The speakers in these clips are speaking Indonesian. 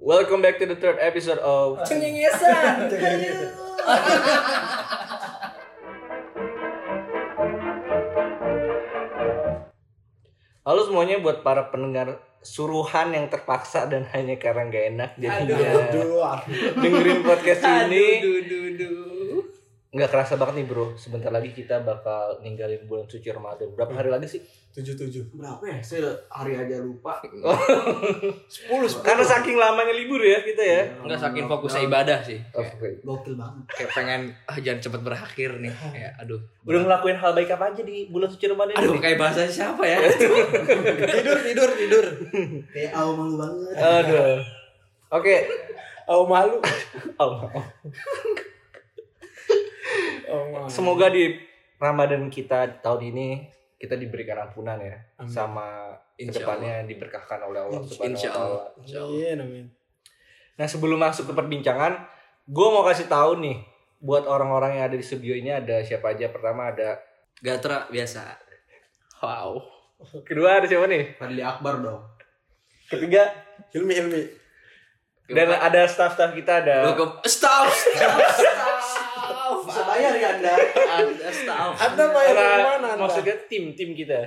Welcome back to the third episode of Cengengesan. Halo semuanya buat para pendengar suruhan yang terpaksa dan hanya karena gak enak Aduh, jadinya aduh, dengerin podcast ini aduh, aduh, aduh. nggak kerasa banget nih bro sebentar lagi kita bakal ninggalin bulan suci Ramadan berapa hari lagi sih Tujuh tujuh. berapa ya? Saya hari aja lupa. Sepuluh. karena saking lamanya libur ya kita ya Enggak saking fokusnya ibadah sih. Kayak, Iya. Oke. Gokil banget. kayak pengen ah jangan cepet berakhir nih. Kayak aduh. udah ngelakuin hal baik apa aja di bulan suci Ramadan Aduh ini? kayak bahasa siapa ya? Tidur, tidur, tidur. PA malu banget. aduh oke Oh malu. Allah. Oh malu. semoga di Ramadan kita tahun ini kita diberikan ampunan ya Amin. sama Insya kedepannya diberkahkan oleh Allah Subhanahu Insya wa Allah. taala. Insya Allah. Iya, amin. Nah, sebelum masuk ke perbincangan, gue mau kasih tahu nih buat orang-orang yang ada di studio ini ada siapa aja? Pertama ada Gatra biasa. Wow. kedua ada siapa nih? Fadli Akbar dong. Ketiga Ilmi, ilmi. dan ada staff-staff kita ada Gua ke- stop. Stop. Bisa bayar ya Anda. Ada stop. Anda main Ada- di mana? Anda? Nah, maksudnya tim-tim kita.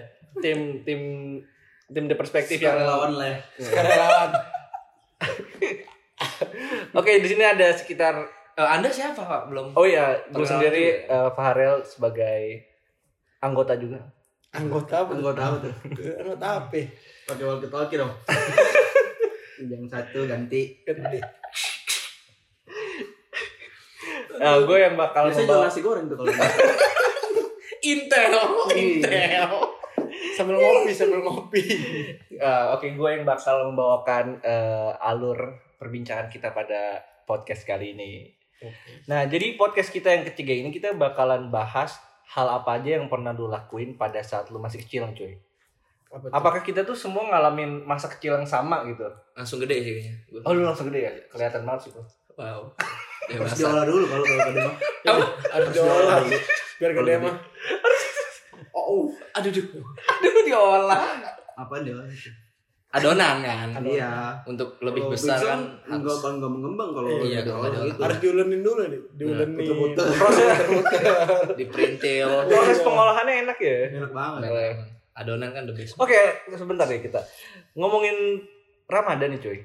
Tim tim tim the perspektif yang lawan lah. ya. Relawan. Oke, di sini ada sekitar Eh, anda siapa Pak? Belum. oh ya, gue Perkenalan sendiri dulu eh, Faharel sebagai anggota juga. Anggota apa? Anggota apa Kan tuh? Anggota apa? Pakai walkie talkie dong. Yang satu ganti. Ganti. Nah, gue yang bakal Biasanya jual membawa nasi goreng tuh kalau Intel. Intel. Iya. Sambil ngopi, sambil ngopi. Eh, Oke, gue yang bakal membawakan eh, alur perbincangan kita pada podcast kali ini. Nah, jadi podcast kita yang ketiga ini kita bakalan bahas hal apa aja yang pernah lu lakuin pada saat lu masih kecil, cuy. Apa? tuh? Apakah kita tuh semua ngalamin masa kecil yang sama gitu? Langsung gede sih kayaknya. Gua. Oh, lu langsung gede ya? Iya. Kelihatan banget sih, bro. Wow. Dewasa. Harus diolah dulu kalau kalau tadi mah. Harus diolah. uh, Biar gede mah. Oh, aduh, aduh. Aduh, diolah. Apa diolah? Adonan kan. Iya. Untuk lebih Kalau besar pingsan, kan enggak harus kalau enggak mengembang kalau Iya, kalau diolah diolah. gitu. Harus diulenin dulu nih. Diulenin. Puter-puter. Proses, Nah, diprintil. Iya. proses pengolahannya enak ya? Enak banget. Memang. Adonan kan the best. Oh. Oke, sebentar ya kita ngomongin Ramadan nih, cuy.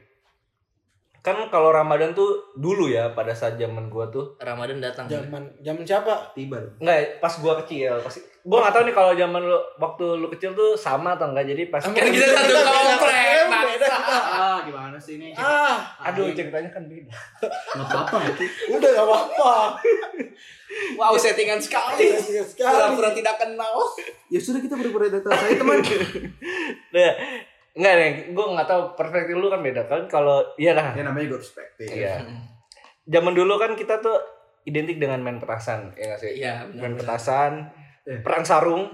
Kan kalau Ramadan tuh dulu ya pada saat zaman gua tuh Ramadan datang. Zaman, zaman siapa? Tiba dong. Enggak, pas gua kecil, pas gua nggak tahu nih kalau zaman lu waktu lu kecil tuh sama atau enggak. Jadi pas Kan kita satu Kita beda komplek, KKM, Pak. beda. Ah, gimana sih ini? Ah, aduh ceritanya kan beda. Enggak apa-apa nanti. udah gak apa-apa. Wow, settingan sekali. Sekali. Pura-pura tidak kenal. Ya sudah kita berbeda data saya teman. Nah, enggak nih, gua nggak tahu perspektif lu kan beda kan kalau iya lah. Ya namanya gue perspektif. Iya. Zaman dulu kan kita tuh identik dengan main petasan, ya nggak sih? Iya, Eh. Main benar. petasan, Iya. perang sarung,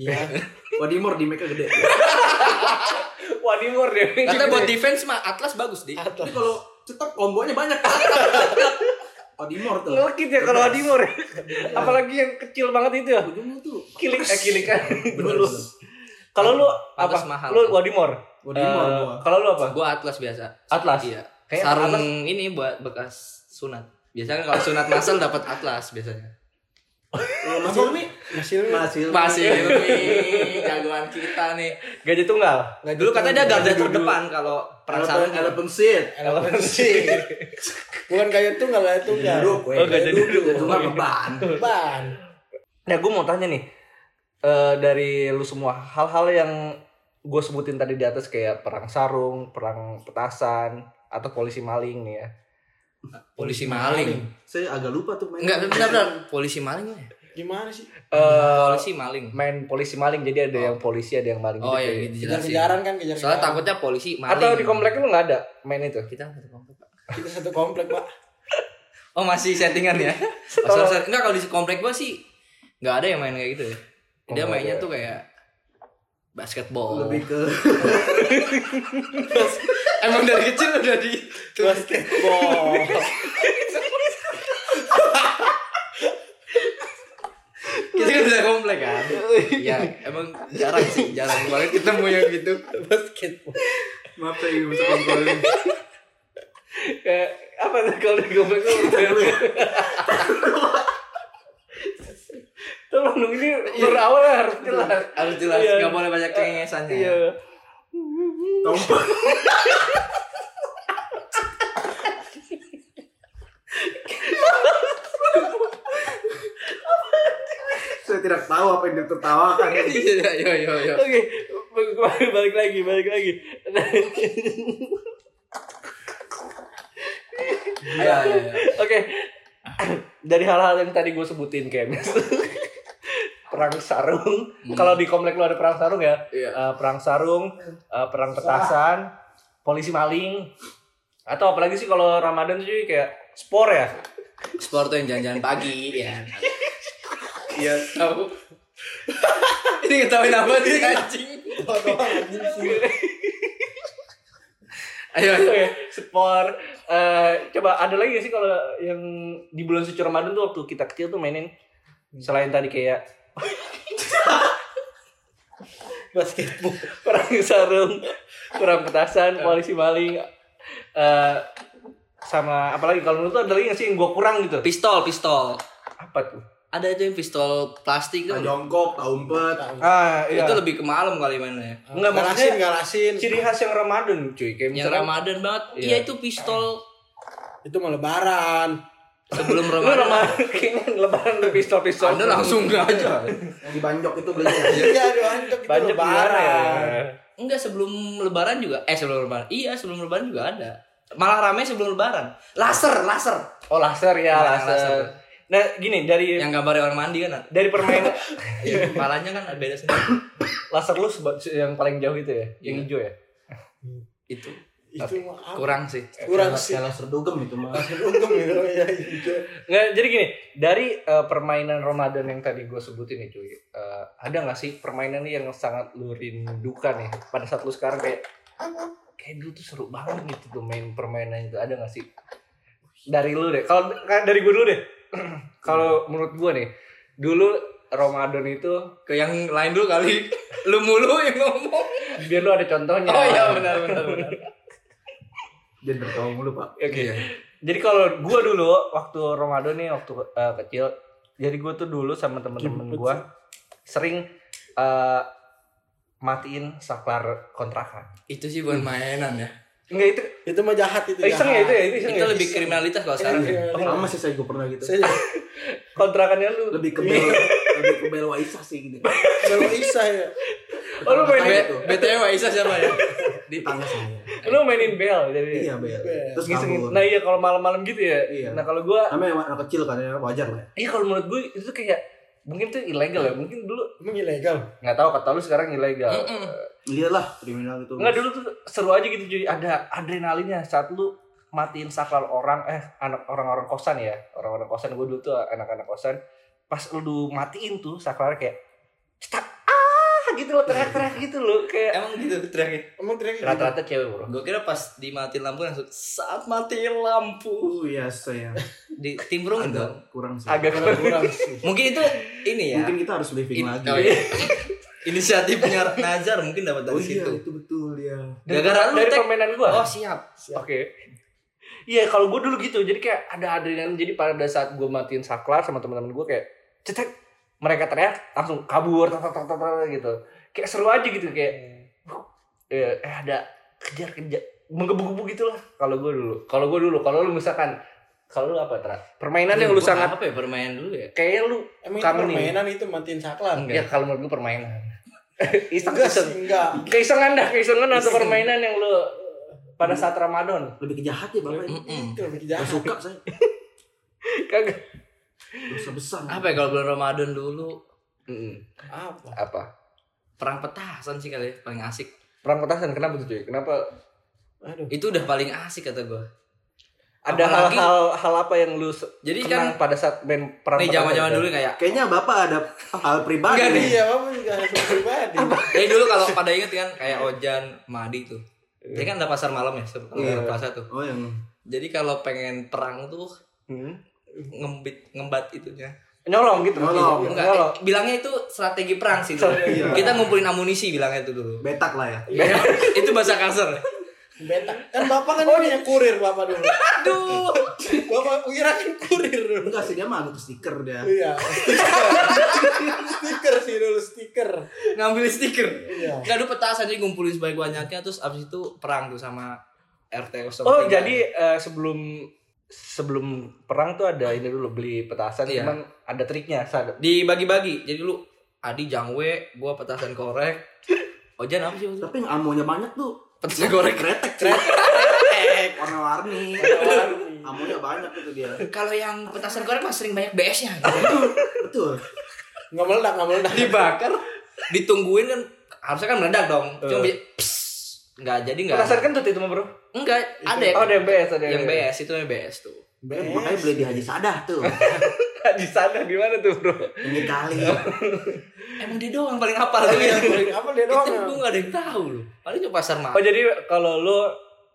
Iya. Wadimor di mereka gede. wadimor deh. Kata buat defense mah Atlas bagus Ah, deh. Tapi kalau cetok kombonya banyak. Odimor tuh. Ngelekit ya kalau wadimor. Iya. Apalagi yang kecil banget itu ya. Ujungnya tuh. Kilik eh kilik kan. Bener. Dulu. Kalau lu apa? Pantas mahal. Lu wadimor. Odimor Eh, gua. kalau lu apa? Gua Atlas biasa. Atlas? Iya. Kayak Sarung Atlas. ini buat bekas sunat. Biasanya kalau sunat masal dapat Atlas biasanya. Mas Hilmi. Mas Hilmi. Mas Eh, Hilmi. Iya. Masih Ilmi, jagoan kita nih. Gaji tunggal. Dulu katanya dia garda terdepan kalau perang Elephant, sarung. elephant seat. Elemen sih. Bukan kayak tunggal, kayak Iya. tunggal. Duduk, weh. Oh, gajah duduk. Tunggal beban. Ban. Nah, gue mau tanya nih. eh, dari lu semua hal-hal yang gue sebutin tadi di atas kayak perang sarung, perang petasan, atau polisi maling nih ya. Polisi maling. Saya agak lupa tuh main. Enggak, benar-benar polisi maling. ya? Gimana sih? Eh Polisi maling. main polisi maling jadi ada yang polisi ada yang maling Oh gitu iya, ya. gitu jelasin. Kejar-kejaran kan kejar. Soalnya takutnya polisi maling. Atau di komplek lu nggak ada main itu? kita satu komplek. Pak. kita satu komplek, Pak. Oh masih settingan ya? Oh, sorry, sorry. Enggak kalau di komplek gua sih nggak ada yang main kayak gitu ya. Oh, Dia ada. mainnya tuh kayak basketball. Lebih ke Emang dari kecil udah di Basketball. kita kan udah komplek kan. Iya, emang jarang sih, jarang banget ketemu yang gitu. Basketball. maaf saya ingin masuk kontrol. kayak apa tuh kalau di gomblek tuh tolong dong ini berawal harus jelas Iya. Harus jelas, Iya. nggak boleh banyak ya. cengengesannya. iya Tompel. Saya tidak tahu apa yang ditertawakan. Iya, yo yo yo. oke balik- balik lagi balik lagi Iya, iya. iya. Oke. Dari hal-hal yang tadi gue sebutin kayak mis- perang sarung. Kalau di komplek lu ada perang sarung ya? Hmm. Iya. Eh, perang sarung, eh, perang petasan, polisi maling. Atau apalagi sih kalau Ramadan tuh cuy, kayak spor ya? Sport tuh yang jalan-jalan pagi ya. Iya. Tahu. Ini ngetawain apa sih anjing? Tahu doang, anjing sih. Ayo, ayo. Oke, spor. Eh, coba ada lagi gak sih kalau yang di bulan suci Ramadan tuh waktu kita kecil tuh mainin selain tadi kayak Basketball. perang sarung, perang petasan, polisi maling, eh sama apalagi kalau menurut lu ada lagi nggak sih yang gua kurang gitu? Pistol, pistol. Apa tuh? Ada itu yang pistol plastik Tahu tuh. jongkok, tahu umpet. Ah Itu lebih ke malam kali mainnya. Enggak Galasin, maksudnya galasin. ciri khas yang Ramadan cuy kayak Yang misalnya Ramadan banget. Iya. Iya, itu pistol Itu mah lebaran. sebelum lu Ramadan. Ramadan kayaknya lebaran lu pistol pistol. Anda langsung nggak aja. Yang di banjok itu belinya. Iya, aduh, anjing, itu banyak lebaran. ya. Enggak sebelum lebaran juga. Eh sebelum lebaran. Iya, sebelum lebaran juga ada. Malah rame sebelum lebaran. Laser, laser. Oh laser ya Nah, laser. laser. Nah gini dari Yang gambarnya orang mandi kan. dari permainan Iya, kepalanya kan beda sendiri. laser lu seba- yang paling jauh itu ya, yang Iya. hijau ya. Itu Itu mah apa? kurang sih. kurang sih. Kalau serdugem itu mah. Untung gitu ya. itu. Nggak, jadi gini, dari eh, permainan Ramadan yang tadi gue sebutin nih cuy, eh, ada nggak sih permainan nih yang sangat lu rindukan ya? Pada saat lu sekarang kayak, kayak dulu tuh seru banget gitu tuh main permainan itu, ada nggak sih? Dari lu deh, kalau nggak, dari gue dulu deh. kalau menurut gue nih, dulu Ramadan itu Ke yang lain dulu kali. Lu mulu yang ngomong. biar lu ada contohnya. Oh iya benar benar benar. Dia bertahu mulu, Pak. Oke. Jadi kalau gue dulu waktu Ramadan nih waktu eh, kecil, jadi gue tuh dulu sama temen-temen Gimana gue sering eh, matiin saklar kontrakan. Itu sih bukan mainan ya. Enggak itu Itu mah jahat itu. Iya. eh, iseng ya itu ya itu iseng Itu ya. lebih kriminalitas kalau sekarang. ya. Sama sih saya juga pernah gitu. Saya Kontrakannya lu. Lebih ke bel, lebih ke bel Waisah sih gitu. kalau Isa ya. Oh, lu main bel, Iya. Tetangga itu. BTW Aisyah siapa ya? Di tangga saya. lu mainin bel jadi. Iya, bel. Terus Ngisengin. kabur. Nah iya kalau malam-malam gitu ya. Iya. Nah kalau gue, Namanya anak kecil kan ya, wajar lah. iya kalau menurut gue itu tuh kayak mungkin tuh ilegal ya. Mungkin dulu Emang ilegal. nggak tahu kata lu sekarang ilegal. Mm-mm. Lihatlah Iya kriminal itu. Enggak dulu tuh seru aja gitu cuy. Ada adrenalinnya saat lu matiin saklar orang eh anak orang-orang kosan ya. Orang-orang kosan gue dulu tuh anak-anak kosan. Pas lu matiin tuh saklarnya kayak cetak ah gitu loh teriak-teriak gitu loh kayak Emang gitu teriaknya. Emang teriak gitu. rata-rata cewek bro. Gue kira pas dimatiin lampu langsung saat matiin lampu Oh iya sayang. di timbrung gitu. Agak kurang sih. Agak Kurang- Kurang sih. Mungkin itu ini ya. Mungkin kita harus living In- lagi. oh, iya. Inisiatifnya Nazar mungkin dapat dari Oh iya, situ. itu betul ya. Gara-gara lu dari tek- permainan gua. Oh siap. Oke. Iya, kalau gue dulu gitu. Jadi kayak ada adrenalin. Jadi pada saat gue matiin saklar sama teman-teman gue kayak cetek mereka teriak langsung kabur tar, tar, tar, tar, tar, gitu. Kayak seru aja gitu kayak Hmm. eh, eh, ada kejar-kejar menggebu-gebu gitu lah kalau gue dulu. Kalau gue dulu, kalau lu misalkan kalau lu apa Tra? Permainan yang lu Gua sangat apa ya permainan dulu ya? Iya. kayak lu Emang itu Kamu nih. permainan itu matiin saklar. Enggak. ya kalau menurut gue permainan. iseng Enggak sih, iseng. enggak. Keisengan dah, keisengan atau permainan yang lu pada saat Ramadan. Lebih kejahat ya bapak. ini. Mm-mm. Itu lebih Gak jahat. suka saya. Kagak. Dosa besar. Apa ya kalau bulan Ramadan dulu Mm-mm. Apa? Apa? perang petasan sih kali ya, paling asik. Perang petasan kenapa tuh cuy? Kenapa Aduh. Itu udah paling asik kata gua. ada Apalagi- hal-hal hal apa yang lu se- Jadi kan kenang pada saat main perang Nih zaman-zaman dulu kayak Kayaknya bapak ada hal pribadi. Enggak nih. Iya, apa juga harus pribadi. Jadi eh, dulu kalau pada inget kan kayak Ojan, Madi tuh. Dia kan ada pasar malam ya, sebelum Iya. puasa tuh. Oh yang Jadi kalau pengen perang tuh Hmm? ngembit ngembat itunya. nyolong gitu Nyolong. Iya, Enggak, nyolong. eh, bilangnya itu strategi perang sih. dulu. Strategi perang. Kita ngumpulin amunisi bilangnya itu dulu. betak lah ya. itu bahasa kasar. Bentak. Kan Oh, bapak kan iya. punya kurir bapak dulu. Aduh. Bapak Wira kan kurir dulu. Enggak sih dia mah agak stiker dia. Iya. Stiker. stiker sih dulu stiker. Ngambil stiker. Iya. Enggak ada peta aja ngumpulin sebaik banyaknya terus abis itu perang tuh sama RT 03. Oh jadi eh, sebelum sebelum perang tuh ada ini dulu beli petasan Iya. cuman ada triknya sad- dibagi-bagi. Jadi lu Adi Jangwe, gua petasan korek. Ojan apa sih maksudnya? Tapi amonya banyak tuh. Petasan korek. Kretek, Warna-warni. Amonya banyak itu dia. Kalau yang petasan korek mah sering banyak BS-nya. Betul. Nggak meledak, nggak meledak. Dibakar, ditungguin kan harusnya kan meledak dong. Cuma bisa enggak jadi enggak. petasan kentut itu mah bro Enggak, ada ya. oh ada yang BS ada yang BS itu yang BS tuh. Eh, makanya beli di Haji Sadah tuh. di sana gimana tuh bro Ini kali. Emang dia doang paling hafal tuh ya. Iya. Apa dia Kita doang? gue gak ada yang tahu loh. Paling cuma pasar mah. oh jadi kalau lu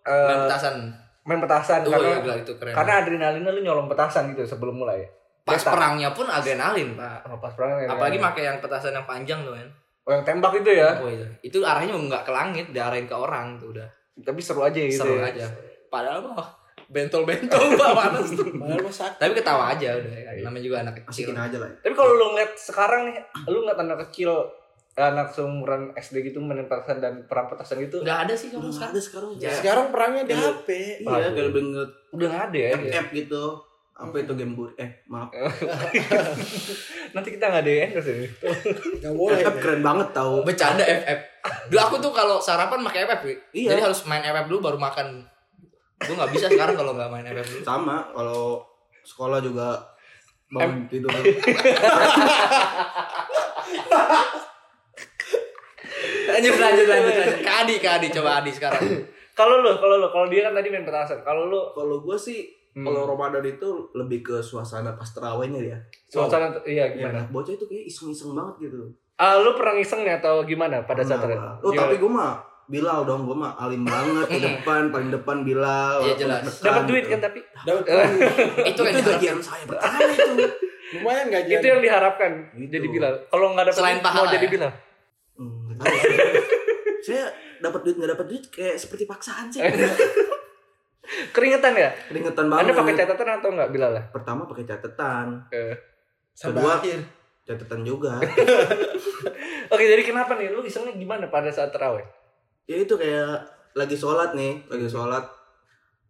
eh, Main petasan. main petasan Oh karena iya, gila, itu keren. karena adrenalinnya lu nyolong petasan gitu sebelum mulai Pas Petak. perangnya pun adrenalin, Pak. Oh, pas perang ya, Apalagi ya. pakai yang petasan yang panjang tuh kan. oh, yang tembak itu ya Oh iya. Itu arahnya nggak ke langit, diarahin ke orang tuh udah. tapi seru aja gitu Seru ya. aja. Padahal mah bentol-bentol Pak panas tuh. Padahal mah sakit. Tapi ketawa aja udah. ya kan. Namanya juga anak kecil. Asikin aja lah. tapi kalau lu ngeliat sekarang nih lu ngeliat anak kecil eh, anak seumuran SD gitu main petasan dan perang petasan gitu Udah ada sih kalau Udah sekarang. nggak ada sekarang. Ya. Sekarang perangnya di Iya. HP. Iya, gak lebih nge udah nggak ada ya app gitu. Apa itu game bur? Eh, maaf. nanti kita nggak ada yang endorse ini Nggak Iya. boleh. App keren banget tau. Bercanda FF. Dulu aku tuh kalau sarapan pakai FF. Wi. Iya. Jadi harus main FF dulu baru makan. Gue nggak bisa sekarang kalau nggak main FF dulu. Sama kalau sekolah juga bangun tidur. Lanjut lanjut lanjut. lanjut. Ke Adi, ke Adi coba Adi sekarang. kalau lu kalau lu kalau dia kan tadi main petasan kalau lu Kalau gue sih Hmm. kalau Ramadan itu lebih ke suasana pas terawihnya dia. suasana iya Ya, gimana bocah itu kayak iseng-iseng banget gitu. ah lu perang iseng nih atau gimana pada saat itu Kenapa? Iya. Oh, tapi gue mah Bilal dong, gue mah alim banget di depan, paling depan Bilal. Iya, walaupun jelas. deg-degan dapat duit gitu. kan tapi Dapat Itu Itu kan diharapkan. gajian saya pertama itu. lumayan gajian. itu yang diharapkan Gitu. jadi bilal kalau nggak dapat Selain duit, pahala mau jadi ya? bilal Hmm, nggak tahu. saya dapat duit nggak dapat duit kayak seperti paksaan sih. keringetan ya Keringetan anda banget. pakai catatan atau nggak bilal lah pertama pakai catatan, Eh. Sampai kedua akhir. catatan juga. oke jadi kenapa nih lu isengnya gimana pada saat terawih ya itu kayak lagi sholat nih, lagi sholat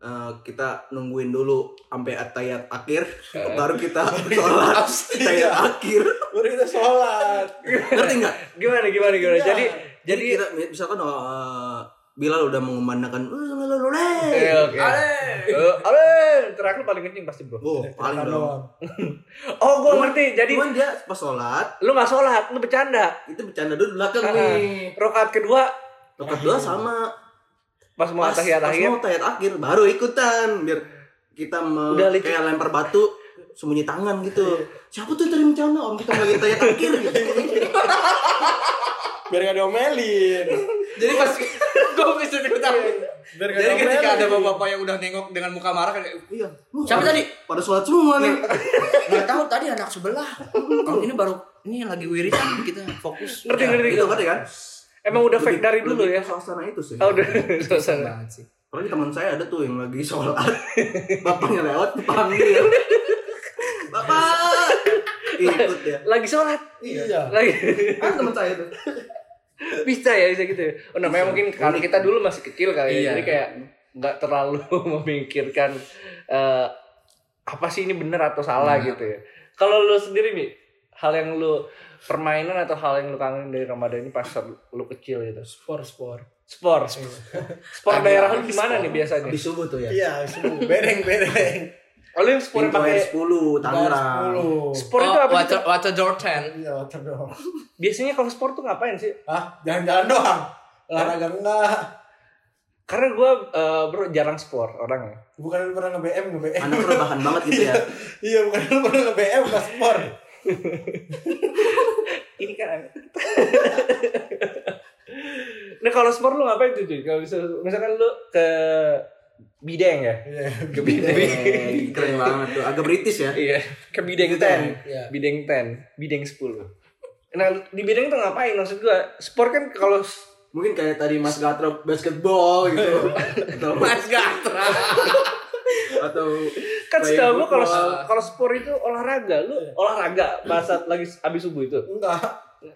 eh, kita nungguin dulu sampai atayat akhir baru kita sholat atayat akhir Baru kita sholat. ngerti nggak gimana gimana gimana Iya. jadi jadi jadi kita misalkan eh, Bilal udah mengumandangkan eh, "Eh, oke Eh, ale terakhir paling kencing pasti bro oh paling dong oh gua ngerti jadi cuman dia pas sholat lu nggak sholat lu bercanda itu bercanda dulu di belakang Ah. nih rokaat kedua Rokat dua sama pas Iya. mau pas, tahiyat pas akhir mau tahiyat akhir baru ikutan biar kita me- Udah Iya. licin. kayak lempar batu sembunyi tangan gitu siapa tuh tadi bencana om kita lagi tahiyat akhir gitu Biar nggak diomelin. Jadi pas gue bisa diketahui. Biar nggak Jadi ketika ada diomelin. bapak-bapak yang udah nengok dengan muka marah kan kayak, iya Wah, Siapa pada- tadi? pada sholat semua nih nggak tahu tadi anak sebelah. Kalau ini baru ini lagi wiridan kita fokus. Ngerti, ngerti. gitu ngerti kan emang Iya. udah fake Lebih- dari dulu lebih ya ke suasana itu sih oh udah Bosan suasana banget sih. Apalagi teman saya ada tuh yang lagi sholat Bapaknya lewat panggil Bapak Ikut ya lagi sholat Iya. lagi Ah teman saya tuh bisa ya bisa gitu ya. Oh, namanya mungkin karena kita dulu masih kecil kali ya Iya. jadi kayak nggak terlalu memikirkan eh, apa sih ini benar atau salah gitu ya kalau lu sendiri nih hal yang lu permainan atau hal yang lu kangenin dari Ramadan ini pas lu kecil gitu Spor spor. sport sport Lagi daerah lu lagi gimana sport. nih biasanya Habis subuh tuh ya Iya, semua bereng bereng. oh, lu yang sport yang Pintu air pakai 10 Tangerang Sepuluh. sport itu Oh, apa sih? water, water door ten. Iya, water doang. biasanya kalau sport tuh ngapain sih Hah, jalan-jalan doang. Olahraga enggak. karena gue bro jarang sport orangnya Bukan lu pernah nge-BM, nge-BM. Anak rebahan banget gitu ya Iya, bukan lu pernah nge-BM, enggak spor. ini kan nah kalau sport lu ngapain tuh cuy kalau bisa misalkan lu ke bideng ya Iya. ke bideng Eh, Keren banget tuh Agak British ya iya ke bideng ten Bideng. Iya. bideng ten bideng sepuluh nah di bideng tuh ngapain maksud gua sport kan kalau s- mungkin kayak tadi Mas Gatrok basketball gitu atau Mas Gatra. atau Kan Playing setahu gua Iya. kalau football. kalau sport itu olahraga, lu olahraga pas saat lagi abis subuh itu. Enggak.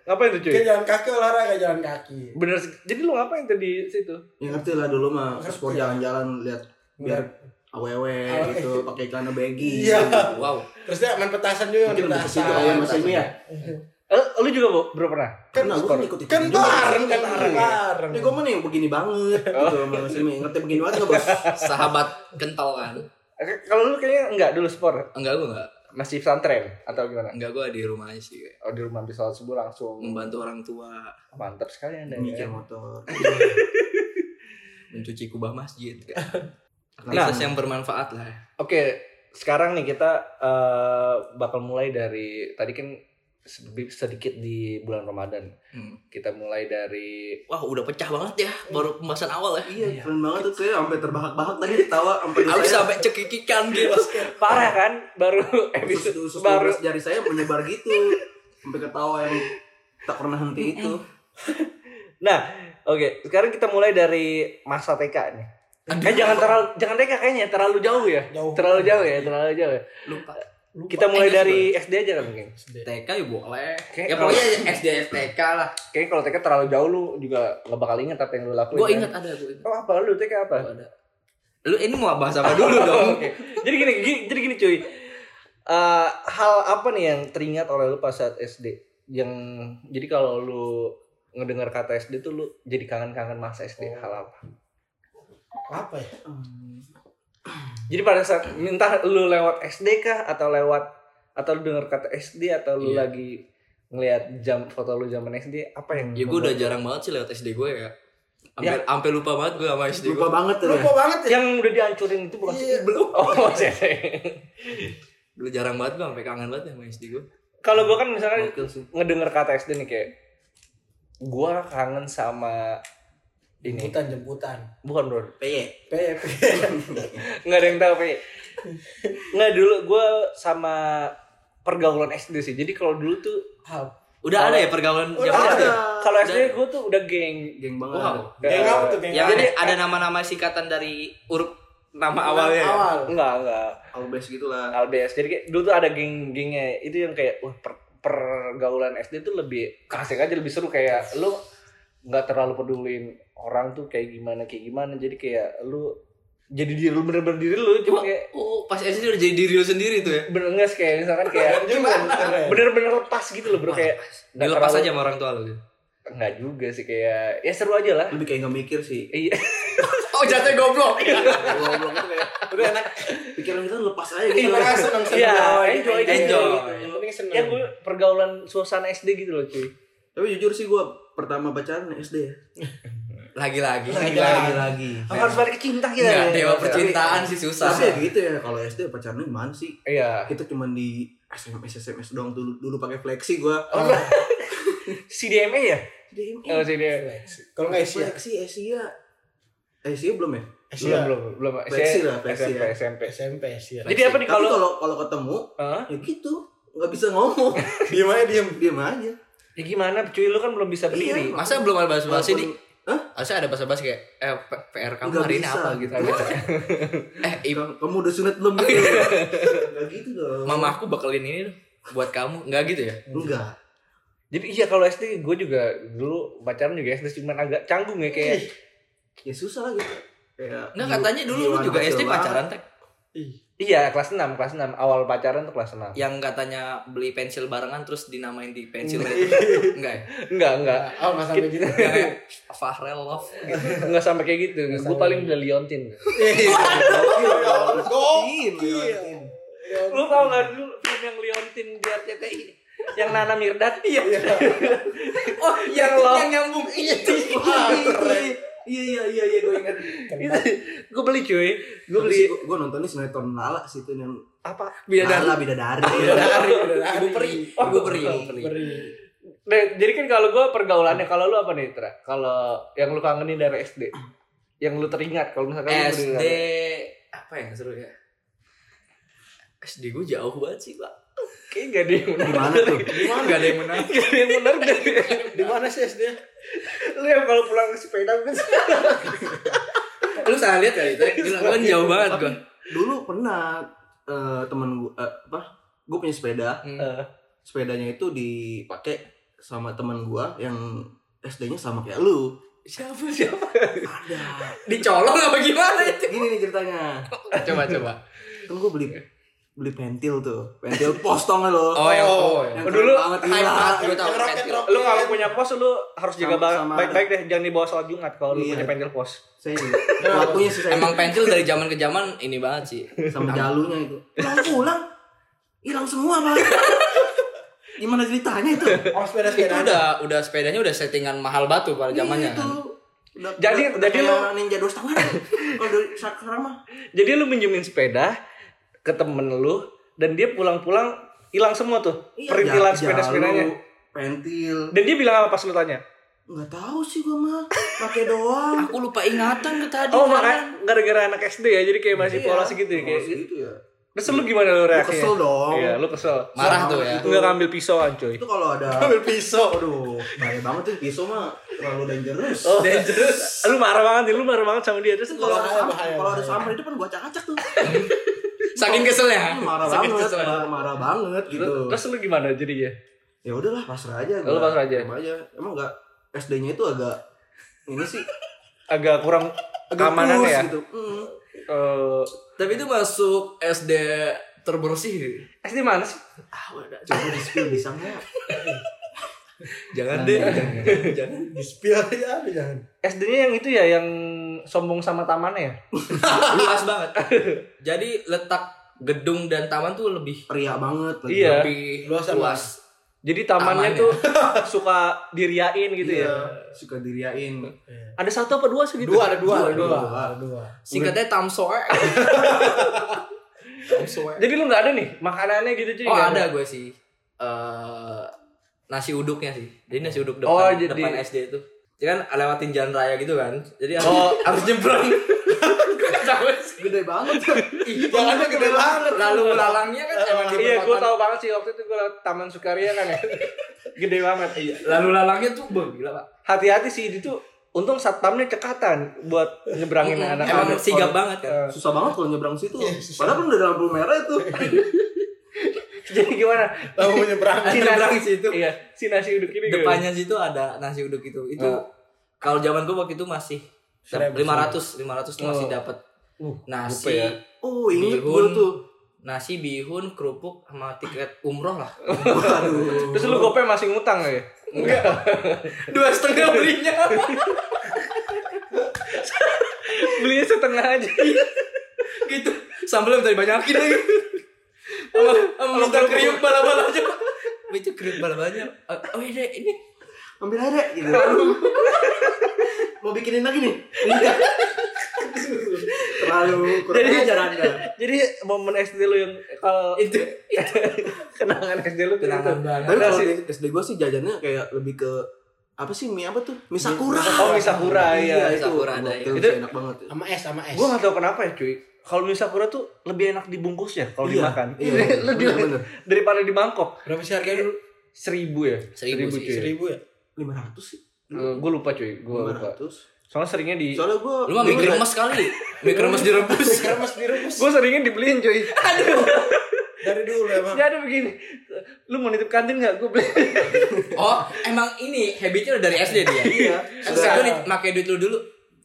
Ngapain tuh Kayak cuy? jalan kaki olahraga jalan kaki. Bener, jadi lu ngapain tuh di situ? ya ngerti lah dulu mah Ngerti. sport jalan-jalan lihat biar awewe gitu pakai celana baggy Iya. Wow. Terus dia main petasan Kan juga mungkin main udah ke situ ya mas ini Iya. ya Eh, lu juga Bu, bro pernah? Kan Nah, gua kan ikut-ikut kan juga. Iya. bareng kan Bareng. bareng. ini gue mah nih yang Ya, begini banget gitu sama mas ini ngerti begini banget nggak bos Sahabat kental kan. Eh, Kalau lu kayaknya enggak dulu sport, Enggak gua enggak. masih pesantren atau gimana? Enggak gua di rumah aja sih. kayak Oh, di rumah habis sholat subuh langsung Membantu orang tua mantap sekali anda. ya. mikir Iya. motor mencuci kubah masjid. kayak. Nah. Aktivitas yang bermanfaat lah. Oke, sekarang nih kita eh, bakal mulai dari tadi kan sedikit sedikit di bulan Ramadan. Hmm. Kita mulai dari Wah, udah pecah banget ya baru pembahasan awal ya. iya keren banget tuh saya sampai terbahak-bahak tadi ketawa sampai di Aku saya sampai cekikikan gitu. parah kan baru usus, episode usus baru 12 jari saya menyebar gitu sampai ketawa yang tak pernah henti itu Nah, oke sekarang kita mulai dari masa TK nih kan jangan terlalu jangan TK kayaknya terlalu jauh ya Jauh. terlalu jauh ya terlalu jauh ya Lupa. Eh, kita mulai Enggak dari SD aja kan mungkin TK ya boleh. Kayak ya pokoknya SD TK lah. kayaknya kalau TK terlalu jauh lu juga gak bakal inget apa yang lu lakuin Gue kan? ingat ada gue ingat. oh apa lu TK apa Gua ada. Lu ini mau bahas apa dulu dong? Oke. jadi gini, gini jadi gini cuy Eh, hal apa nih yang teringat oleh lu pas saat SD yang jadi kalau lu ngedengar kata SD tuh lu jadi kangen-kangen masa SD Oh. hal apa Hmm. Apa ya? Jadi pada saat entah lu lewat SD kah atau lewat atau lu denger kata SD atau lu Iya. lagi ngelihat jam foto lu zaman SD apa yang Ya gue udah jarang banget sih lewat SD gue ya. Hampir, hampir lupa banget gue sama SD lupa gue. banget tuh ya Lupa banget ya. yang udah dihancurin itu bukan Iya. belum oh iya. Dulu jarang banget gue sampai kangen banget sama SD gue. kalau gua kan misalkan Gokil sih. ngedenger kata SD nih kayak gua kangen sama ini Jemputan jemputan. bukan bro Peye. PEP. nggak ada yang tahu Pi. nggak dulu gua sama pergaulan SD sih jadi kalau dulu tuh Udah ada ya pergaulan Udah zaman ada. SD? kalau SD gua tuh udah geng geng banget Wow. Geng apa tuh geng? Yang apa? jadi ada nama-nama singkatan dari huruf nama Awal. awalnya. ya? enggak enggak all base gitulah LBS jadi kayak dulu tuh ada geng-gengnya itu yang kayak wah per- pergaulan SD tuh lebih asik aja lebih seru kayak lu nggak terlalu pedulin orang tuh kayak gimana kayak gimana jadi kayak lu jadi diri lu bener-bener diri lu Cuma cuma kayak oh, pas SD udah jadi diri lu sendiri tuh ya. bener nggak sih, kayak misalkan kayak Keren juga, keren. bener-bener lepas gitu loh bro kayak nggak Dilepas terlalu- aja sama orang tua lu. gitu. nggak juga sih kayak ya seru aja lah lebih kayak nggak mikir sih iya Oh, jatuh goblok. Goblok tuh kayak Udah enak. pikiran kita lepas aja gitu Seneng seneng seneng. Iya, Enjoy, enjoy, enjoy. Yang penting seneng. ya gue pergaulan suasana SD gitu loh cuy tapi jujur sih gue pertama pacaran SD ya Lagi-lagi. Lagi-lagi. lagi harus balik ke cinta kita ya. Enggak, dewa Iya. percintaan sih susah. tapi ya gitu ya kalau SD pacaran gimana sih iya kita cuman di SMS SMS doang dulu dulu pakai flexi gue Oh, CDMA ya Eh, oh CDMA Kalau nggak Asia. flexi Asia iya. Asia belum ya belum Asia. belum belum Flexi saya lah, flexi SMP ya. SMP SMP Asia. jadi apa nih tapi kalau kalau kalau ketemu Hah? ya gitu nggak bisa ngomong Diem aja diem. diam aja ya gimana cuy lu kan belum bisa berdiri Iya. Masa belum ada bahasa-bahasa di Walaupun- Hah? Harusnya ada bahasa-bahasa kayak eh P- PR kamu Nggak hari ini bisa. apa gitu. eh, ibu Kamu- kamu udah sunat belum gitu nggak gitu dong mama aku bakalin ini loh buat kamu. Enggak gitu ya? enggak jadi iya kalau SD gue juga dulu pacaran juga SD cuman agak canggung ya kayak ya susah lah gitu kayak Enggak katanya dulu lu jiwa juga anak SD kecil pacaran Tek. iya kelas 6 kelas 6 awal pacaran tuh kelas 6 yang katanya beli pensil barengan terus dinamain di pensil enggak ya? enggak enggak Oh nggak sampai gitu. Yang kayak Fahrel Love gitu. enggak sampai kayak gitu gue paling udah Leontin banget. Oh, Iya. Gokil. Gokil. lu tau gak dulu film yang Leontin di RCTI yang Nana Mirdad iya Oh, yang love. nyambung Iya. itu. iya iya iya iya gue ingat itu gue beli cuy gue gue beli gue nontonnya sinetron lala sih itu yang apa Bidadari. lala bidadari Ibu peri, Oh, ibu peri. oh, Beri. Nah, jadi kan kalau gue pergaulannya kalau lu apa nih Tra? Kalau yang lu kangenin dari SD, yang lu teringat kalau misalkan lu SD teringat. ya? apa yang seru ya? SD gue jauh banget sih, Pak. Kayaknya gak ada yang menarik. Gimana tuh? Gak ada yang menarik. Gak ada yang menarik deh. Di mana sih SD-nya? Lu yang kalau pulang sepeda kan Lu salah lihat kali tadi. Gila, gua kan jauh banget gua. Dulu pernah eh, temen gue apa? Gue punya sepeda. Hmm. Sepedanya itu dipakai sama temen gue yang SD-nya sama kayak lu. Siapa siapa? Ada. Dicolong apa gimana itu? Gini nih ceritanya. Coba coba. Kan gue beli beli pentil tuh. Pentil pos tau nggak lo. Oh, yang oh. yang- Yang keren Dulu banget high gila. class gitu. Yang roket roket. Lu kalau punya pos lu harus jaga Sama- sama- baik-baik deh. Jangan dibawa sholat Jumat kalau lu Iya. punya pentil pos. Saya juga. Pelakunya sih saya. Emang pensil dari zaman ke zaman ini banget sih. sama jalunya itu pulang pulang hilang semua pak gimana ceritanya itu Orang Oh, sepeda Itu sepeda. udah udah sepedanya udah settingan mahal batu pada zamannya Iya, itu kan. udah, Jadi- udah, jadi kayak ninja dua setengah kalau dari sekarang mah Jadi lu minjemin sepeda ke temen lu dan dia pulang-pulang hilang semua tuh perintilan ja- sepeda-sepedanya. jalu, Iya, pentil Dan dia bilang apa pas lu tanya? nggak tahu sih gua mah pakai doang Aku lupa ingatan ke tadi. Oh, Farhan. maka gara-gara anak SD ya. Jadi kayak masih polos gitu ya, kayak. Polos gitu ya Terus lu gimana lu Gua reaksinya? kesel dong Iya, lu kesel. Marah tuh ya. Enggak ngambil pisauan, coy. itu kalau ada Ambil pisau. aduh bahaya banget tuh pisau mah terlalu dangerous Oh, dangerous. lu marah banget, nih, lu marah banget sama dia. Terus kalau kalau ada Bahaya, sam- bahaya, kalau ada bahaya. samper itu kan gua acak-acak tuh Iya, Saking keselnya. marah Saking banget kesel. marah, marah banget gitu terus lu gimana jadinya? ya udahlah pasrah aja Lu gua. pasrah aja? Terima aja emang nggak SD-nya itu agak ini sih Agak kurang agak keamanan kurus ya. gitu Mm. Eh, Tapi itu masuk SD terbersih. SD mana sih? ah udah coba di spill bisa nggak Jangan deh. Jangan. Di spill aja ada jangan. SD-nya yang itu ya yang sombong sama tamannya ya? Luas banget. Jadi letak gedung dan taman tuh lebih ria banget lagi. Iya. lebih Luas luas. apa? Jadi tamannya, Tamannya. tuh suka diriain gitu Iya, ya. suka diriain Ada satu apa dua sih gitu? Dua ada dua ada Dua, dua. dua. Ada dua. Singkatnya Tamsoe. Tamsoe. Jadi lu nggak ada nih makanannya gitu cuy? Oh nggak ada gue sih. Eh nasi uduknya sih. Jadi nasi uduk depan Oh, jadi- depan SD itu. Jadi kan lewatin jalan raya gitu kan. Jadi harus, Oh. harus nyebrang. Gue nggak tahu sih. gede banget Ih, Jalannya gede banget. Lalu lalangnya kan emang di Iya, gue perempatan. tau banget sih waktu itu gue lewat Taman Sukaria kan ya. Gede banget. Iya. Lalu lalangnya tuh bang, gila pak. Hati-hati sih itu untung satpamnya cekatan buat nyebrangin anak Iya, Emang anak. sigap banget kan. susah banget kalau nyebrang situ Iya, susah. padahal kan udah dalam lampu merah itu Jadi gimana? Lalu mau nyebrang. Ada nyebrang situ. Iya, si nasi uduk ini gimana? Depannya situ ada nasi uduk itu. Itu Oh. kalau zaman gue waktu itu masih Seribu. 500 500 tuh masih Oh. dapat Uh, lupa nasi ya. oh inget Bihun. gua tuh nasi bihun kerupuk sama tiket umroh lah waduh Terus lu gope masih ngutang nggak ya? dua setengah belinya Belinya setengah aja. Iya, gitu sambelnya minta dibanyakin lagi sama sama minta kriuk bala-bala aja itu kriuk bala-balanya Eh, oh ini ini ambil aja deh, gitu mau bikinin lagi nih Iya. terlalu kurang Jadi- ajar anda Jadi momen SD lu yang kalau itu kenangan SD lu tuh kenangan gitu. banget Tapi kalau Nasi- di SD gue sih jajannya kayak lebih ke apa sih mie apa tuh? Mie sakura. Oh, mie sakura, iya. itu. Sakura ada, iya. Gokil sih, Itu- enak banget. Sama S sama S. Gue gak tau kenapa ya cuy Kalau mie sakura tuh lebih enak dibungkusnya Kalau Iya, dimakan iya, Lu di- bener-bener. Daripada di mangkok Berapa sih harganya dulu? Seribu ya Seribu sih, cuy Seribu ya. 500 sih. Gue lupa cuy Gue lupa 500. Soalnya seringnya di Soalnya gue lu mah mie kremes kali mie kremes direbus Sekarang mas direbus. Gue seringnya dibeliin cuy Dari dulu emang. Jadi ada Ya, begini Lu mau nitip kantin gak? Gue beli oh emang ini habitnya udah dari SD dia Iya. Sudah lu pakai duit lu dulu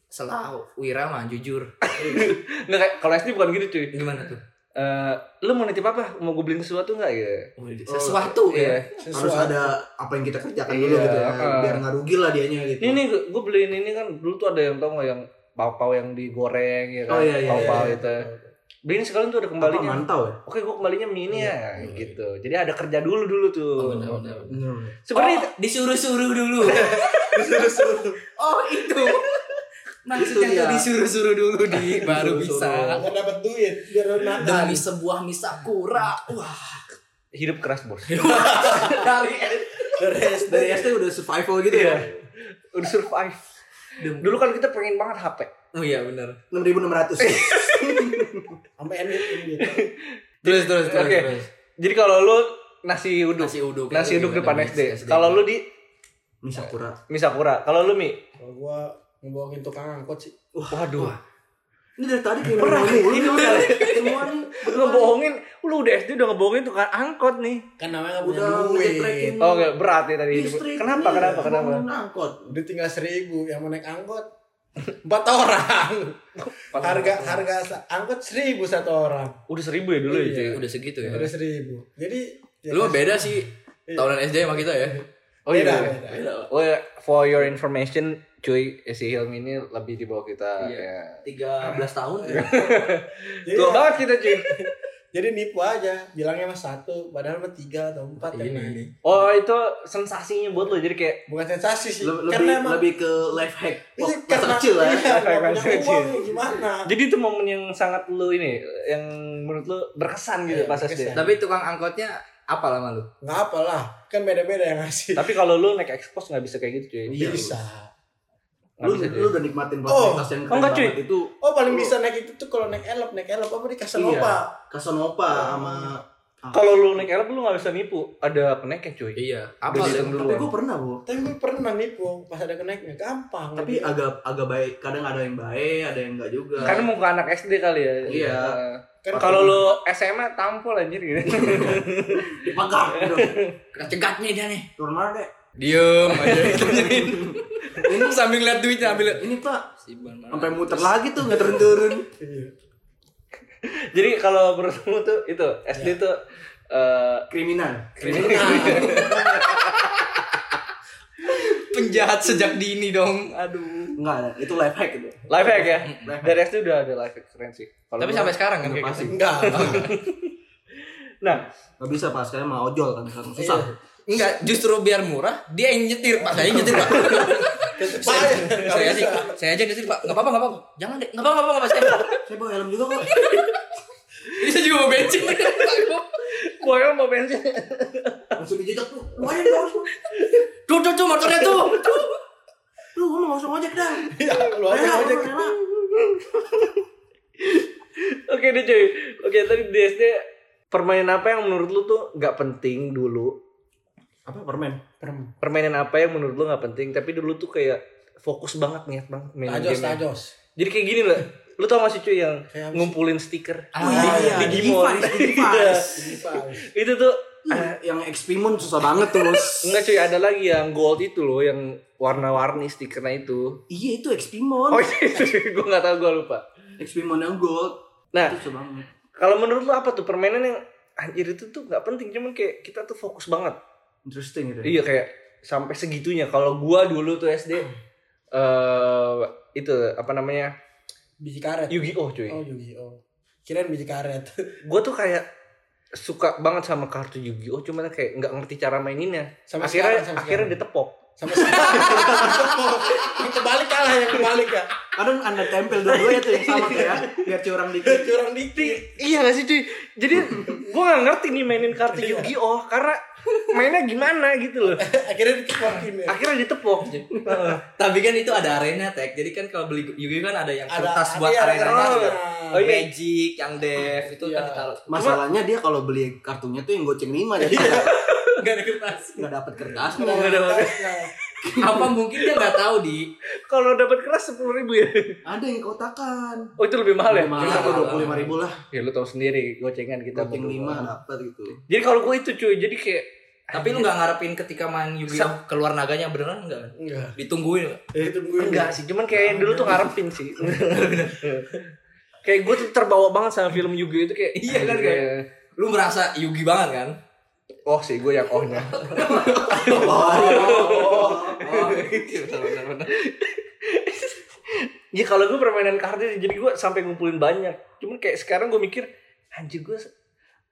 selalu wirama jujur Nggak kayak Kalau SD bukan gitu cuy gimana tuh Eh, Lu mau nitip apa? Mau gue beliin sesuatu gak? Gitu. sesuatu ya Harus ada apa yang kita kerjakan dulu Iya, gitu ya. uh. Biar nggak rugi lah dianya gitu. Ini nih gue beliin ini kan Dulu tuh ada yang tau gak yang Pau-pau yang digoreng ya kan Oh, iya, iya, Pau-pau iya, itu Beliin sekalian tuh ada Apa kembalinya mantau ya? Oke, gue kembalinya mini ya, gitu. Jadi ada kerja dulu dulu tuh. Oh, benar, benar, benar. Bener. Sebenarnya Oh, disuruh-suruh dulu. oh, itu. Maksudnya Itu dia. tuh disuruh-suruh dulu di baru bisa. Nggak dapat duit biar lu nata. Demi sebuah misakura. Wah. hidup keras bos. Dari Dari SD. Dari SD udah survival gitu Iya. ya. Udah survive. Dulu kan kita pengen banget HP. Oh iya benar. 6600. Sama N gitu. Terus terus terus. Oke. terus. Jadi kalau lu nasi uduk, Nasi uduk. nasi Itu uduk gimana? depan SD. SD. Kalau lu di Misakura. Misakura, kalau lu Mi, Kalau gua ngebawain tukang angkot sih. waduh. Ini dari tadi kayak pernah nih. Ini udah semua nih. Lu ngebohongin, lu udah SD udah ngebohongin tukang angkot nih. Kan namanya nggak Udah punya nge-tracking. duit. Oke, berat ya tadi. hidup. Listrik Kenapa? nih, Kenapa? Kenapa? bangun Angkot. Udah tinggal seribu yang mau naik angkot. Empat orang. harga harga sa- angkot seribu satu orang. Udah seribu ya dulu ya, cuy. Udah segitu ya. Udah seribu. Jadi ya Lu kan, beda sih tahunan SD sama kita ya. Oh iya. Beda, iya. beda. Oh iya, for your information, cuy, si Hilmi ini lebih di bawah kita. ya. 13 tahun. Iya. Jadi, ya, Tua banget kita, cuy. jadi nipu aja. Bilangnya mas satu, padahal mah tiga atau empat ya. yang naik. Oh, itu sensasinya buat lo. Jadi kayak Bukan sensasi sih. Le- lebih karena emang lebih ke life hack Iya, waktu masa kecil lah ya. iya, nggak Masa punya kecil. uang, gimana? jadi itu momen yang sangat lo ini yang menurut lo berkesan gitu Iya, pas SD. berkesan. Tapi tukang angkotnya apa lama lu? Nggak apalah, kan beda-beda yang ngasih. Tapi kalau lo naik ekspos nggak bisa kayak gitu, cuy. Iya. bisa. Nggak Lu bisa, cuy. lu udah nikmatin fasilitas yang keren enggak, cuy. banget itu Oh paling bisa naik itu tuh kalau naik elop, naik elop apa di Casanova. Casanova sama Kalau lo naik elop lo nggak bisa nipu. Ada kenaikan, cuy. Iya. Udah Apa lu? dihitung tapi gue duluan. pernah bu Tapi gue pernah nipu pas ada kenaiknya gampang. tapi agak agak baik kadang ada yang baik ada yang enggak juga Karena mau ke anak SD kali ya. Nah, Iya. Kan- Kalau lo SMA tampol anjir gitu. dipegang udah. Kena cegat nih dia nih. turun mana deh Diem aja ditanyain. Ini sambil lihat duitnya ambil. ini pak Si Ban mana? sampai muter lagi tuh nggak turun turun Iya. Jadi kalau menurut kamu tuh itu SD Iya. tuh eh kriminal penjahat sejak dini dong. Aduh. enggak ada. itu life hack itu live hack ya. hack. Dari SD udah ada live hack keren sih. Kalau Tapi gua- sampai sekarang kan kayak Inovasi. gitu. Enggak. nah, nggak bisa pak sekarang mau ojol kan sekarang susah Iya. Enggak, justru biar murah, dia yang nyetir, Pak. Saya yang nyetir, Pak. Saya saya aja, saya aja nyetir, Pak. Enggak apa-apa, enggak apa-apa. Jangan deh, enggak apa-apa, enggak apa-apa, saya. saya bawa helm juga kok Ini saya juga mau bensin. gua emang mau bensin. langsung dijejak tuh lu aja dong Tuh, tuh, tuh, motornya tuh. Tuh. lu lu nggak usah ngojek dah lu aja Rela, aja. lu rela. Oke deh cuy. Oke, tadi di SD permainan apa yang menurut lu tuh nggak penting dulu? apa permen Permainan apa yang menurut lu nggak penting? Tapi dulu tuh kayak fokus banget niat banget main Tajos, game. tajos. Jadi kayak gini loh. Lu tau gak sih cuy yang Kayak apa sih? ngumpulin stiker? Ah, iya, di di Digimon. Iya. device, di device. Itu tuh Iya, yang eksperimen susah banget terus enggak cuy ada lagi yang gold itu loh yang warna-warni stikernya itu. iya itu Oh eksperimen iya itu gue nggak tahu gue lupa. eksperimen yang gold Nah, itu susah banget kalau menurut lu apa tuh permainan yang anjir itu tuh nggak penting cuman kayak kita tuh fokus banget. interesting gitu Iya kayak sampai segitunya. Kalau gua dulu tuh SD eh itu apa namanya? Biji karet. Yu-Gi-Oh cuy. Oh Yu-Gi-Oh. Kirain biji karet. Gua tuh kayak suka banget sama kartu Yu-Gi-Oh cuman kayak nggak ngerti cara maininnya. Sama akhirnya sekarang, sama akhirnya sekarang. ditepok. Sama sama. Yang kebalik kalah yang kebalik ya. kadang anda tempel dua-duanya tuh yang sama tuh ya biar curang dikit Curang dikit. Iya gak sih cuy? Jadi Iya. gua nggak ngerti nih mainin kartu Yu-Gi-Oh karena mainnya gimana gitu loh. Akhirnya dikeluarin ya. Akhirnya ditepok. Tapi kan itu ada arena, Tek. Jadi kan kalau beli Yugi kan ada yang kertas buat iya, ada arenanya. kertas. Oh, iya. Magic, yang dev, itu kan ditaruh. masalahnya dia kalau beli kartunya tuh yang goceng lima jadi Enggak ada kertas. nggak dapet kertas Nah, Iya. Nggak ada nah, apa-apa. nah. Apa mungkin dia nggak tahu di Kalau dapat keras sepuluh ribu ya. ada yang keotakan Oh itu lebih mahal ya? mahal Mahal. dua puluh lima ribu lah Ya lu tau sendiri gocengan kita. goceng berdua. lima dapet gitu Jadi kalau gue itu cuy, jadi kayak tapi lu nggak ngarepin ketika main Yugi keluar naganya beneran enggak? Enggak. Ditungguin nggak? Eh, tungguin. enggak sih, cuman kayak yang dulu tuh ngarepin sih. kayak gue tuh terbawa banget sama film Yugi itu kayak Iya kan, kayak, kayak- Lu merasa Yugi banget kan? oh sih gue yang ohnya. Oh, iya, gitu. Bener-bener. ya kalau gue permainan kartu sih, jadi gue sampai ngumpulin banyak. Cuman kayak sekarang gue mikir anjir gue s-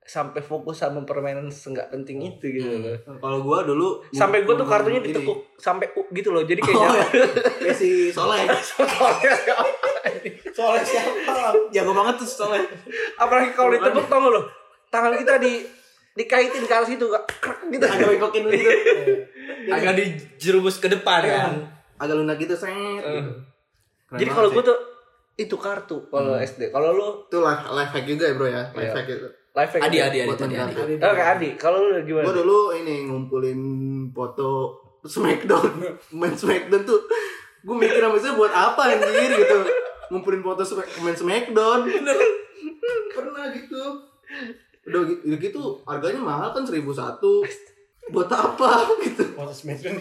sampai fokus sama permainan nggak penting itu gitu loh. kalau gua dulu Sampai gue tuh kartunya Hmm. ini. ditekuk sampai U gitu loh. Jadi oh, kayak ya si soleh Soalnya siapa? jago banget tuh si soleh apalagi kalau ditepuk tau gak lo tangan kita di dikaitin ke arah situ kak Krak, gitu agak bengkokin lu gitu Agak dijerumus ke depan Iya. kan. agak lunak gitu seng gitu. Keren jadi banget kalau sih. Hmm. gue tuh itu kartu kalau SD kalau lo itu life, life hack juga ya bro ya Iya. life hack itu Life hack. Adi, Adi, Adi, Buat tadi menang. Adi. Oke, Oh, Adi. Kalau lu gimana? Gue dulu ini ngumpulin foto Smackdown, main Smackdown tuh gue mikir sama saya buat apa anjir gitu ngumpulin foto Smack- main Smackdown pernah gitu udah gitu, udah gitu harganya mahal kan seribu satu buat apa gitu Foto smackdown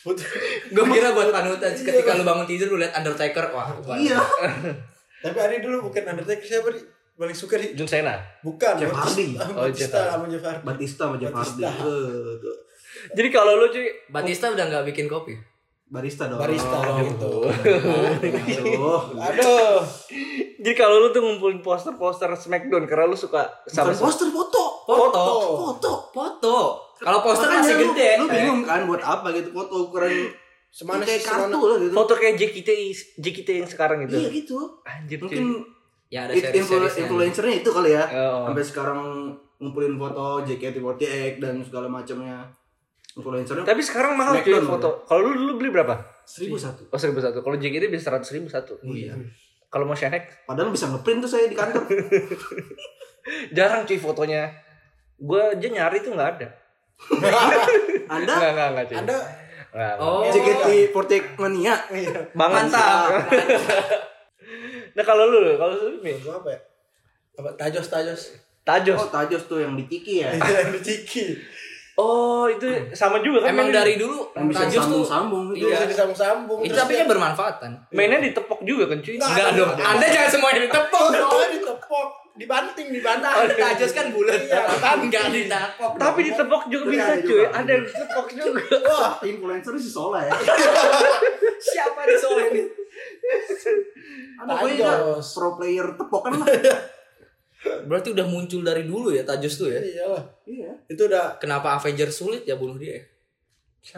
Foto Gue kira buat panutan ketika lu bangun tidur lu lihat Undertaker, wah. buat- iya Tapi Adi dulu bukan Undertaker siapa Ri? Paling suka Ri? Jun Sena. Bukan Jeff Batista- Hardy. Oh, Batista Jeff sama Jeff Hardy Batista sama Jeff Hardy Batista. Eh, tuh. Jadi kalau lu cuy Batista udah nggak bikin kopi. barista dong Barista gitu Aduh. Aduh jadi kalau lu tuh ngumpulin poster-poster Smackdown karena lu suka sama Bukan poster foto Foto, foto foto. Kalau poster Makanya masih lu- gede. lu bingung kan buat apa gitu foto ukuran Semanis kayak kartu semana lah gitu foto kayak JKT JKT yang sekarang iya itu. gitu Anjir cuy. mungkin Ya ada it- influ- seri-serinya. influencernya itu kali ya Oh. sampai sekarang ngumpulin foto JKT48 dan segala macamnya influencernya Tapi sekarang mahal cuy Smackdown foto. Kalau lu dulu beli berapa? seribu satu Oh seribu satu. Kalau JKT bisa seratus ribu satu. iya Kalau mau shanek padahal bisa ngeprint tuh saya di kantor jarang cuy fotonya. Gue aja nyari tuh nggak ada. anda Nggak nggak nggak cuy. Anda Nggak, nggak. Oh, JKT48 mania Iya Banget. mantap. Nah kalau lu, kalau lu Mi? Gua apa ya? Apa? Tajos Tajos Tajos. oh tajos tuh yang di Tiki Eh, ya Itu Iya, yang diciki Oh itu sama juga kan? Emang mainnya? dari dulu yang bisa Tajus tuh sambung-sambung Itu gitu Iya. bisa disambung-sambung itu terus tapi dia- kan bermanfaatan. mainnya ditepok juga kan cuy? Nggak. Enggak dong. Anda jangan semuanya ditepuk. Soalnya ditepok Oh, Dibanting Dibanting Kalau Tajus kan bulat. Iya, kan. Enggak ditepuk. Tapi ditepok juga Tapi bisa ada juga. cuy. Ada yang ditepok juga. Wah influencer si Sola ya Siapa di sore ini? ada gue ya Tajos. pro player tepokan lah Berarti udah muncul dari dulu ya Tajus tuh ya. Iyalah iya Itu udah Kenapa Avenger sulit ya bunuh dia? ya?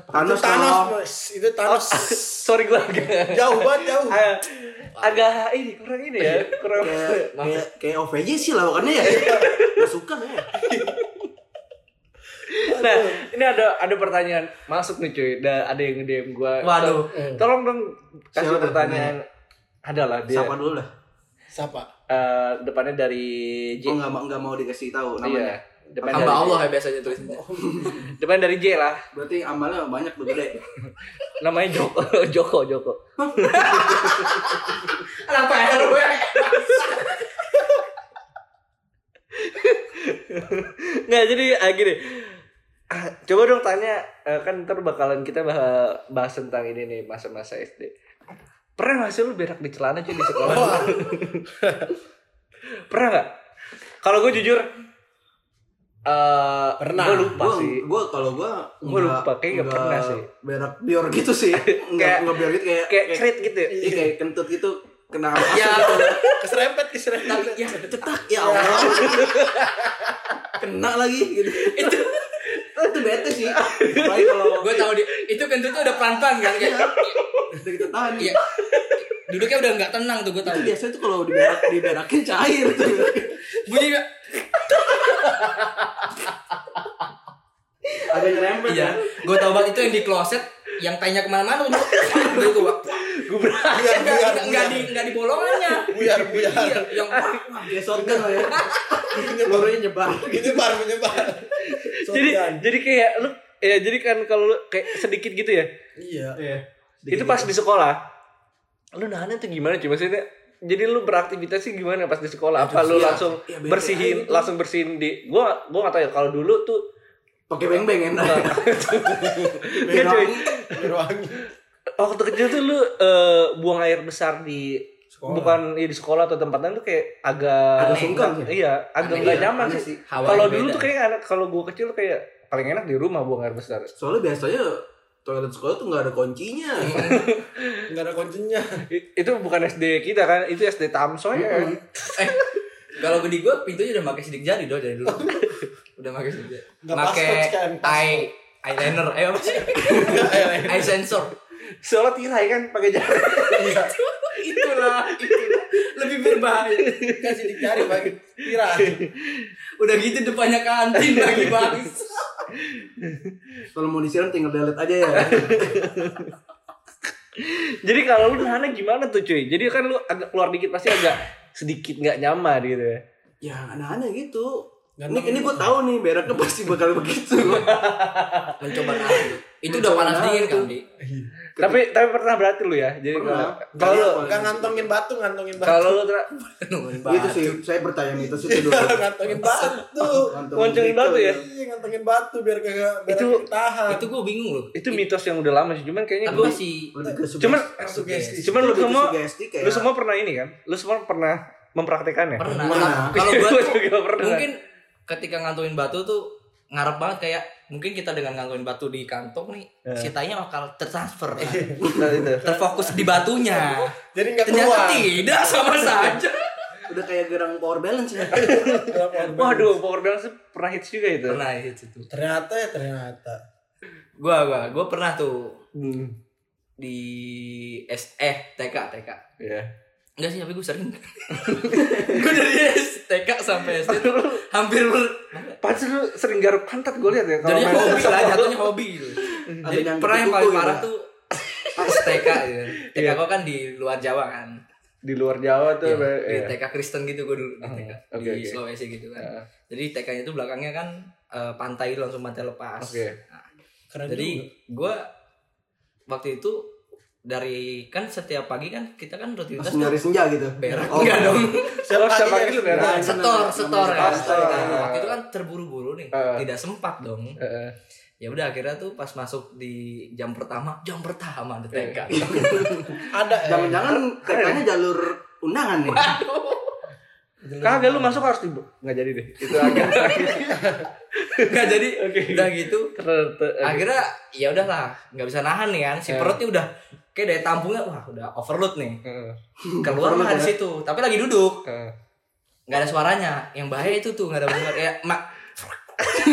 Thanos itu Thanos, dong. Mas. Itu Oh. Thanos. Oh. Sorry gue agak jauh banget, jauh. agak- agak ini kurang ini ya kurang. kayak Maaf. kayak kayak OVJ sih lah bukannya ya gak suka ya Nah ini ada ada pertanyaan masuk nih cuy. Da, ada yang DM gue. Waduh. Tolong dong kasih Siapa tuh? pertanyaan. Adalah dia. siapa dulu lah Siapa? Eh, depannya dari J. gue nggak mau nggak mau dikasih tahu Iya. Oh, namanya Depannya Hamba dari, Allah ya biasanya tulisnya. depannya dari J lah. berarti amalnya banyak tuh gede Namanya Joko Joko Joko. Kenapa ya, RW? Nggak jadi ah, gini. Ah, Coba dong tanya eh, kan ntar bakalan kita bah- bahas tentang ini nih masa-masa SD. Pernah nggak sih lu berak di celana cuy di sekolah? Pernah nggak? Kalau gue jujur, eh Pernah. Gue lupa gua, sih. gua kalau gua Gua nggak- lupa, kayaknya nggak pernah sih. berak bior gitu sih nggak Kayak- nggak bior gitu kayak Kayak cerit gitu. ya? iya, kayak kentut gitu kena asap Ya, gitu. Keserempet, keserempet. ya cetak ya Allah kena lagi gitu itu itu bete sih apalagi kalau gue tahu dia itu kentutnya udah pelan-pelan kan kayak udah kita tahan iya. Duduknya udah nggak tenang tuh gue tahu. itu biasanya tuh kalau diberak diberakin cair tuh Bunyi nggak? ada yang rempet Iya, gue tau banget itu yang di kloset, yang tanya kemana-mana udah itu gue Gue berak. Buyar, buyar, nggak di nggak di bolongannya. buyar, buyar. Iya, yang wah, Wah, kayak shotgun lah ya pelurunya nyebar Gitu bar menyebar. Jadi Shotgun. jadi kayak lu ya jadi kan kalau lu kayak sedikit gitu ya. iya. itu pas di sekolah lu nahannya tuh gimana cuy maksudnya jadi lu beraktivitasnya gimana pas di sekolah apa lu iya. langsung Iya, bete bersihin aja gitu. langsung bersihin di gua gua nggak tahu ya kalau dulu tuh pakai beng beng enak Nggak, cuy. Ruang waktu kecil tuh lu eh, buang air besar di Sekolah. bukan ya, di sekolah atau tempat lain tuh kayak agak Agak sungkan sih. iya agak Aneh, nggak iya, nyaman aneh sih sih. Hawanya kalau dulu beda. tuh kayak anak kalau gua kecil kayak paling enak di rumah buang air besar soalnya biasanya toilet sekolah tuh nggak ada kuncinya enggak ada kuncinya. I- itu bukan SD kita kan itu SD Tamsoy ya eh, kalau di gue pintunya udah pakai sidik jari dong dari dulu. Udah pakai sidik jari. Nggak Pakai password kan, eye eyeliner, eh apa sih? eye sensor. soalnya tirai kan pakai jarum itulah, itulah lebih berbahaya. Kasih dicari bagi tirai. Udah gitu depannya kantin lagi bang. kalau mau disiram tinggal delete aja ya Jadi kalau lu nahannya gimana tuh cuy? Jadi kan lu agak keluar dikit pasti agak sedikit nggak nyaman gitu ya. ya aneh-aneh gitu ini, Ganteng. ini gue tahu nih beraknya pasti bakal begitu mencoba nahan tuh. itu udah Mencoba panas nahan dingin kan tuh. di Tapi tapi pernah berarti lu ya. Jadi Pernah. kalau lu Gak ngantongin batu, ngantongin batu. kalau lu Tra, nungguin itu batu Gitu sih saya percaya itu sih dulu ngantongin batu. Ngoncengin batu ya? Iya, ngantongin batu biar kagak biar Itu- kagak tahan. itu gue bingung loh itu mitos yang udah lama sih, cuman kayaknya tapi gua- masih Lebih ke sugesti. cuman Sugesti. cuman lu Lebih ke semua sugesti kayak lu semua pernah ini kan? Lu semua pernah ya? mempraktekannya? pernah Pernah. kalau gue Gua tuh juga pernah. mungkin ketika ngantongin batu tuh ngarep banget kayak mungkin kita dengan ngantongin batu di kantong nih si tainya bakal tertransfer kan? Nah, itu. terfokus di batunya Jadi nggak keluar. ternyata tidak sama saja udah kayak gerang power balance ya Waduh, power balance pernah hits juga itu. pernah hits itu Ternyata ya ternyata. gua gua gua pernah tuh Hmm. di S eh TK TK Iya. enggak sih tapi gue sering gue dari S- TK sampai SD tuh hampir ber- Pantes lu sering garuk pantat gue lihat ya kalau jadinya main- hobi lah jatuhnya hobi gitu. Ada Jadi yang pernah yang kuku paling gitu. ya, parah Pak? tuh pas TK Iya. gitu TK gua kan di luar Jawa kan di luar Jawa tuh. Iya, Bang. di Iya. TK Kristen gitu gue dulu di Ah, TK oke, di oke. Sulawesi gitu kan Ah. jadi TK-nya itu belakangnya kan eh, pantai langsung pantai lepas Oke. Nah, Keren juga. Jadi gue waktu itu dari kan setiap pagi kan kita kan pas rutinitas tuh nyari senja gitu berak Oh. enggak dong Siapa siapa Pagi gitu ya. kan? Nah, setor setor ya Setor. Nah, waktu itu kan terburu-buru nih Eh. tidak sempat dong Heeh. ya udah akhirnya tuh pas masuk di jam pertama jam pertama di TK Ada ya. Iya. jangan-jangan TK-nya jalur undangan nih Kagak lu masuk harus di nggak jadi deh. Itu agak nggak jadi Oke. udah gitu ter- ter- akhirnya ya udahlah nggak bisa nahan nih kan si Eh. perutnya udah kayak daya tampungnya wah udah overload nih Heeh. keluar lah Overload di situ tapi lagi duduk Heeh. nggak ada suaranya yang bahaya itu tuh nggak ada bener ya mak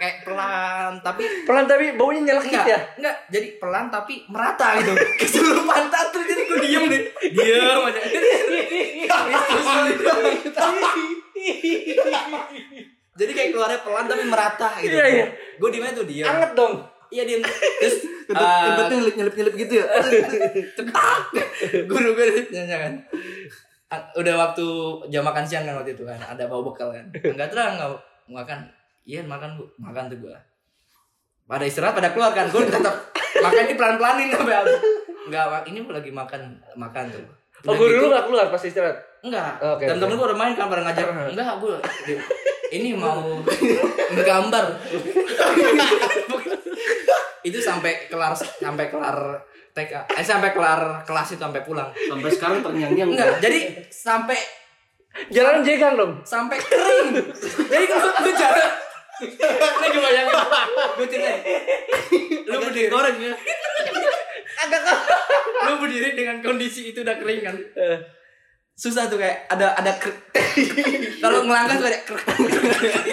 kayak pelan tapi Pelan tapi baunya nyelekit enggak ya. enggak jadi pelan tapi merata gitu ke seluruh pantat tuh jadi gue diem Iya, nih diem aja iya. jadi kayak keluarnya pelan tapi merata gitu Iya, iya. gue diem aja tuh diem Anget dong. iya diem terus eh, tempatnya nyelip-nyelip gitu ya cetak guru gue nanya kan "Ah, udah waktu jam makan siang kan waktu itu kan ada bawa bekal kan enggak terang enggak makan iya makan bu makan tuh gue pada istirahat pada keluar kan gue tetap makan ini pelan pelanin sampai habis enggak Mak, ini lagi makan makan tuh Oh, Udah guru gitu, lu nggak keluar pas istirahat. enggak Oke, dan oke. temen gue udah main kan pada ngajar enggak gue ini mau gambar itu sampai kelar sampai kelar TK eh sampai kelar kelas itu sampai pulang sampai sekarang terngiang-ngiang Enggak, jadi sampai Jalan jegan dong. sampai kering. jadi kalau lu jalan Ini gue bayangin Gue ceritain Lu berdiri orang ya Lu berdiri dengan kondisi itu udah kering kan Susah tuh kayak ada ada ker- Kalau ngelangkah tuh ada ker-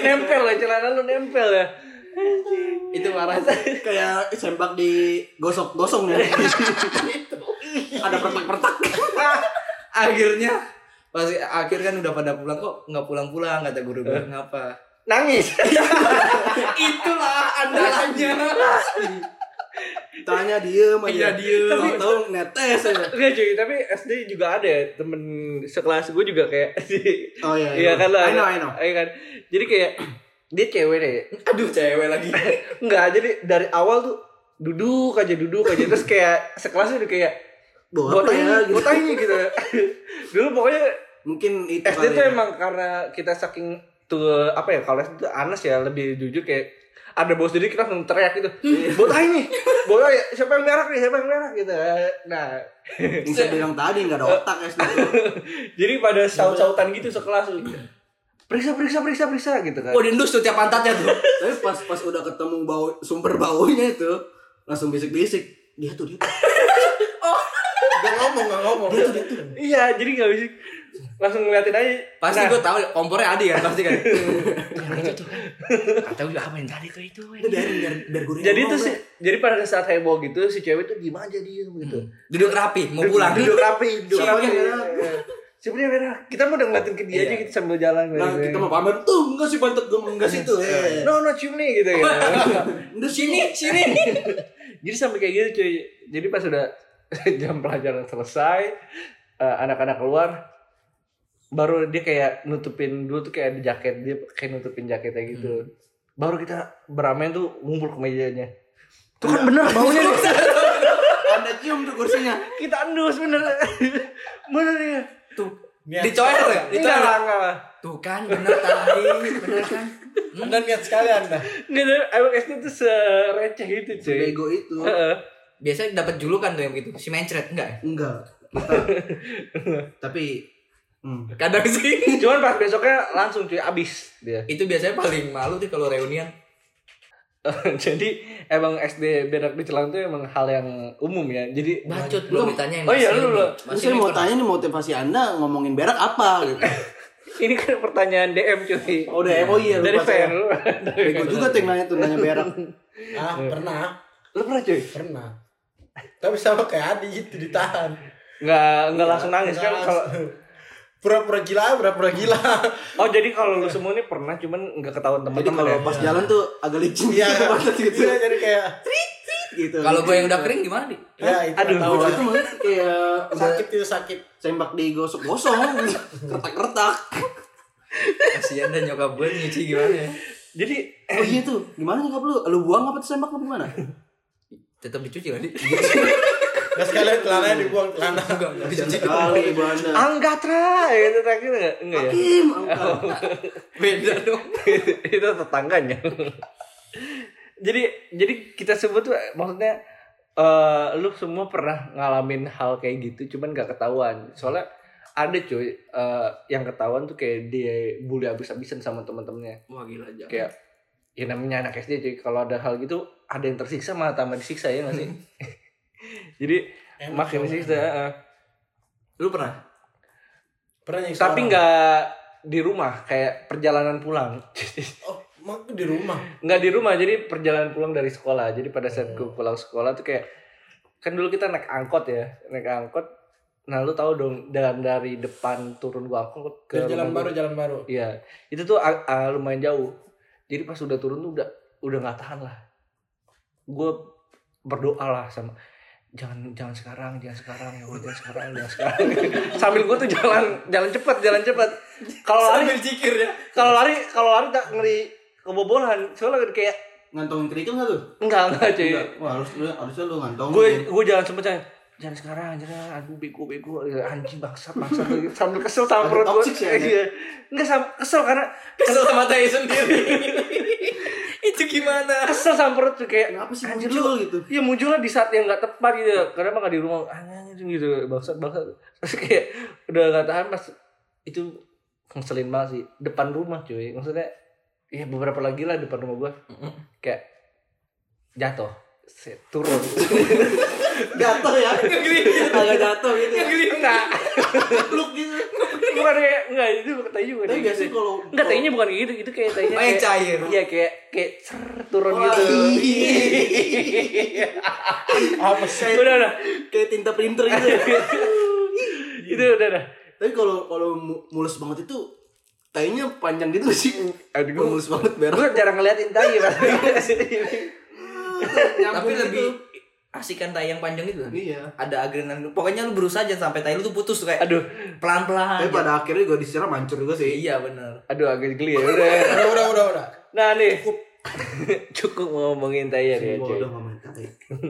Nempel ya celana lu nempel ya. Itu marah kayak sembak di gosok-gosong ya Gitu. ada pertak-pertak Akhirnya pas akhir kan udah pada pulang kok nggak pulang-pulang kata guru gue ngapa Nangis. itulah andalannya tanya diem Iya, aja diem. tahu netes aja Enggak cuy, tapi SD juga ada ya temen sekelas gue juga kayak di- Oh, Iya iya, iya. kan lah. I know, I know. Iya kan. Jadi kayak dia cewek deh. aduh cewek lagi Enggak, jadi dari awal tuh duduk aja duduk aja terus kayak sekelas udah kayak bawa apa botanya ya gitu botanya gitu. Dulu pokoknya mungkin itu SD kali tuh ya. emang karena kita saking tuh apa ya kalau SD tuh anes ya lebih jujur kayak ada bos jadi kita langsung teriak gitu Hmm. botai nih botai siapa yang merah nih siapa yang merah gitu nah yang saya bilang tadi nggak ada otak SD tuh. jadi pada saut-sautan gitu sekelas periksa periksa periksa periksa gitu kan Wah diendus Oh, tuh tiap pantatnya tuh tapi pas pas udah ketemu bau sumber baunya itu langsung bisik-bisik dia tuh dia tuh. Gak ngomong, gak ngomong. iya jadi nggak bisa langsung ngeliatin aja Pasti Nah, gue tahu kompornya Adi kan pasti kan. Yang itu tuh. Kata gue apa yang tadi tuh itu. eh. Ini biarin biar biar gue jadi tuh si, jadi pada saat heboh gitu si cewek tuh diem aja diem gitu Duduk rapi, mau pulang. duduk rapi duduk Siapa rapi yang merah? "Eh, siapa yang merah kita mau udah ngeliatin ke dia aja gitu sambil jalan nah gitu. kita mau pamer tuh enggak sih pantat gue enggak sih tuh eh no no cium nih gitu ya udah sini Sini, sini. jadi sampai kayak gitu cuy jadi pas udah jam pelajaran selesai eh, anak-anak keluar baru dia kayak nutupin dulu tuh kayak ada jaket dia kayak nutupin jaketnya gitu baru kita beramen tuh ngumpul ke mejanya tuh kan bener baunya nih. Anda cium tuh kursinya. kita endus bener bener ya Tuh, Niat dicoel ya? enggak Dicoel. lah enggak lah Tuh kan bener tadi, bener kan? Hmm? Anda niat sekali Anda. enggak ada emang SD tuh sereceh itu cuy Bego itu. Heeh. Biasanya dapat julukan tuh yang gitu, si mencret enggak? Enggak. Kita. Tapi hmm. Kadang sih. cuman pas besoknya langsung cuy abis dia Itu biasanya paling malu sih kalau reunian. jadi emang SD berak di celana itu emang hal yang umum ya jadi Bacot Lu- belum ditanyain. oh iya, lu- masih ini, lu. Terus masih saya ini mau pernah. tanya nih motivasi Anda ngomongin berak apa gitu. ini kan pertanyaan DM cuy Oh, DM. Oh iya, dari lupa saya. fan lu Bego juga tuh yang nanya tuh nanya berak. Ah, pernah, Lu pernah cuy pernah. Tapi sama kayak Adi gitu ditahan. nggak nggak langsung nangis kan kalau pura-pura gila, pura-pura gila. oh jadi kalau lu semua ini pernah cuman nggak ketahuan Jadi teman-teman kalau ya pas jalan tuh agak licin Iya, gitu, pantat gitu. iya, jadi kayak gitu. Kalau gue yang udah kering gimana nih? ya itu Aduh. Aduh, tahu Oh, lah. itu mah kayak udah Sakit itu sakit. sembak digosok-gosok, retak-retak. Kasihan dan nyokap gue nyuci gimana ya? jadi Oh iya tuh, gimana nyokap lu? Lu buang apa tuh sembak apa gimana? Tetap dicuci lagi. Udah sekalian celananya dibuang celana. Enggak, enggak dicuci. Kali ibu anda. angkat lah itu terakhir Gitu, nggak nggak ya Hakim, angkat. Beda dong. itu tetangganya jadi jadi kita semua tuh eh, maksudnya eh, lu semua pernah ngalamin hal kayak gitu cuman gak ketahuan soalnya ada cuy eh, yang ketahuan tuh kayak dia bully abis-abisan sama teman-temannya Wah gila aja. kayak ya namanya anak SD cuy kalau ada hal gitu ada yang tersiksa malah tambah disiksa ya nggak sih jadi Emang makin tuh. disiksa eh. Lu pernah? Pernah yang tapi seorang. nggak di rumah kayak perjalanan pulang Oh, emang di rumah. nggak di rumah jadi perjalanan pulang dari sekolah jadi pada Hmm. saat gue pulang sekolah tuh kayak kan dulu kita naik angkot ya naik angkot nah lu tahu dong dan dari depan turun gua angkot ke Dari jalan rumah baru, gua. jalan baru. iya itu tuh ah, ah, lumayan jauh jadi pas udah turun tuh udah udah nggak tahan lah gue berdoa lah sama jangan jangan sekarang jangan sekarang ya Allah, jangan sekarang jangan sekarang sambil gue tuh jalan jalan cepat jalan cepat kalau lari jikir ya. kalau lari kalau lari tak ngeri kebobolan soalnya kayak Ngantongin kerikil nggak tuh? Enggak, enggak cuy. Enggak. Wah, harus lu harusnya lu ngantongin. Gue gue jalan sempet aja. Jangan sekarang, jangan aduh bego bego anjing bangsat bangsat sambil kesel sama Ada perut gue. toxic sih, ada. Iya. Enggak sama kesel karena Kesel Kan sama tai sendiri. Itu gimana? kesel sama perut tuh kayak Kenapa sih anjir muncul lu? gitu? Iya munculnya di saat yang nggak tepat gitu. Kenapa nggak di rumah? Anjing gitu bangsat bangsat. Terus kayak udah nggak tahan pas itu ngeselin banget sih depan rumah cuy. Maksudnya ya beberapa lagi lah depan rumah gue kayak jatuh Set, turun jatuh ya. Agak jatuh gitu. ya. enggak Peluk gitu. Kan bukan kayak enggak itu bukan tai juga Tapi kayak biasanya gitu. kalau Oh, enggak tainya bukan kayak gitu itu kayak tainya Main cair. iya kayak kayak ser turun Wah, iya. gitu Apa sih? udah udah kayak tinta printer gitu. ya. itu udah udah Tapi kalau kalau mu- mulus banget itu tainya panjang gitu sih. aduh Kalau mulus banget berak. gue jarang ngeliatin tai ya pas Tapi Nyambung lebih gitu. asik kan tai yang panjang itu. Iya. Ada adrenalin. Pokoknya lu berusaha jangan sampai tai lu tuh putus tuh kayak aduh pelan-pelan. Tapi pada akhirnya gue disiram hancur juga sih. Iya bener. aduh agak geli ya udah Udah, udah, udah, udah. nah nih cukup cukup ngomongin tai ya dia, cuy. Bodoh nggak main tai.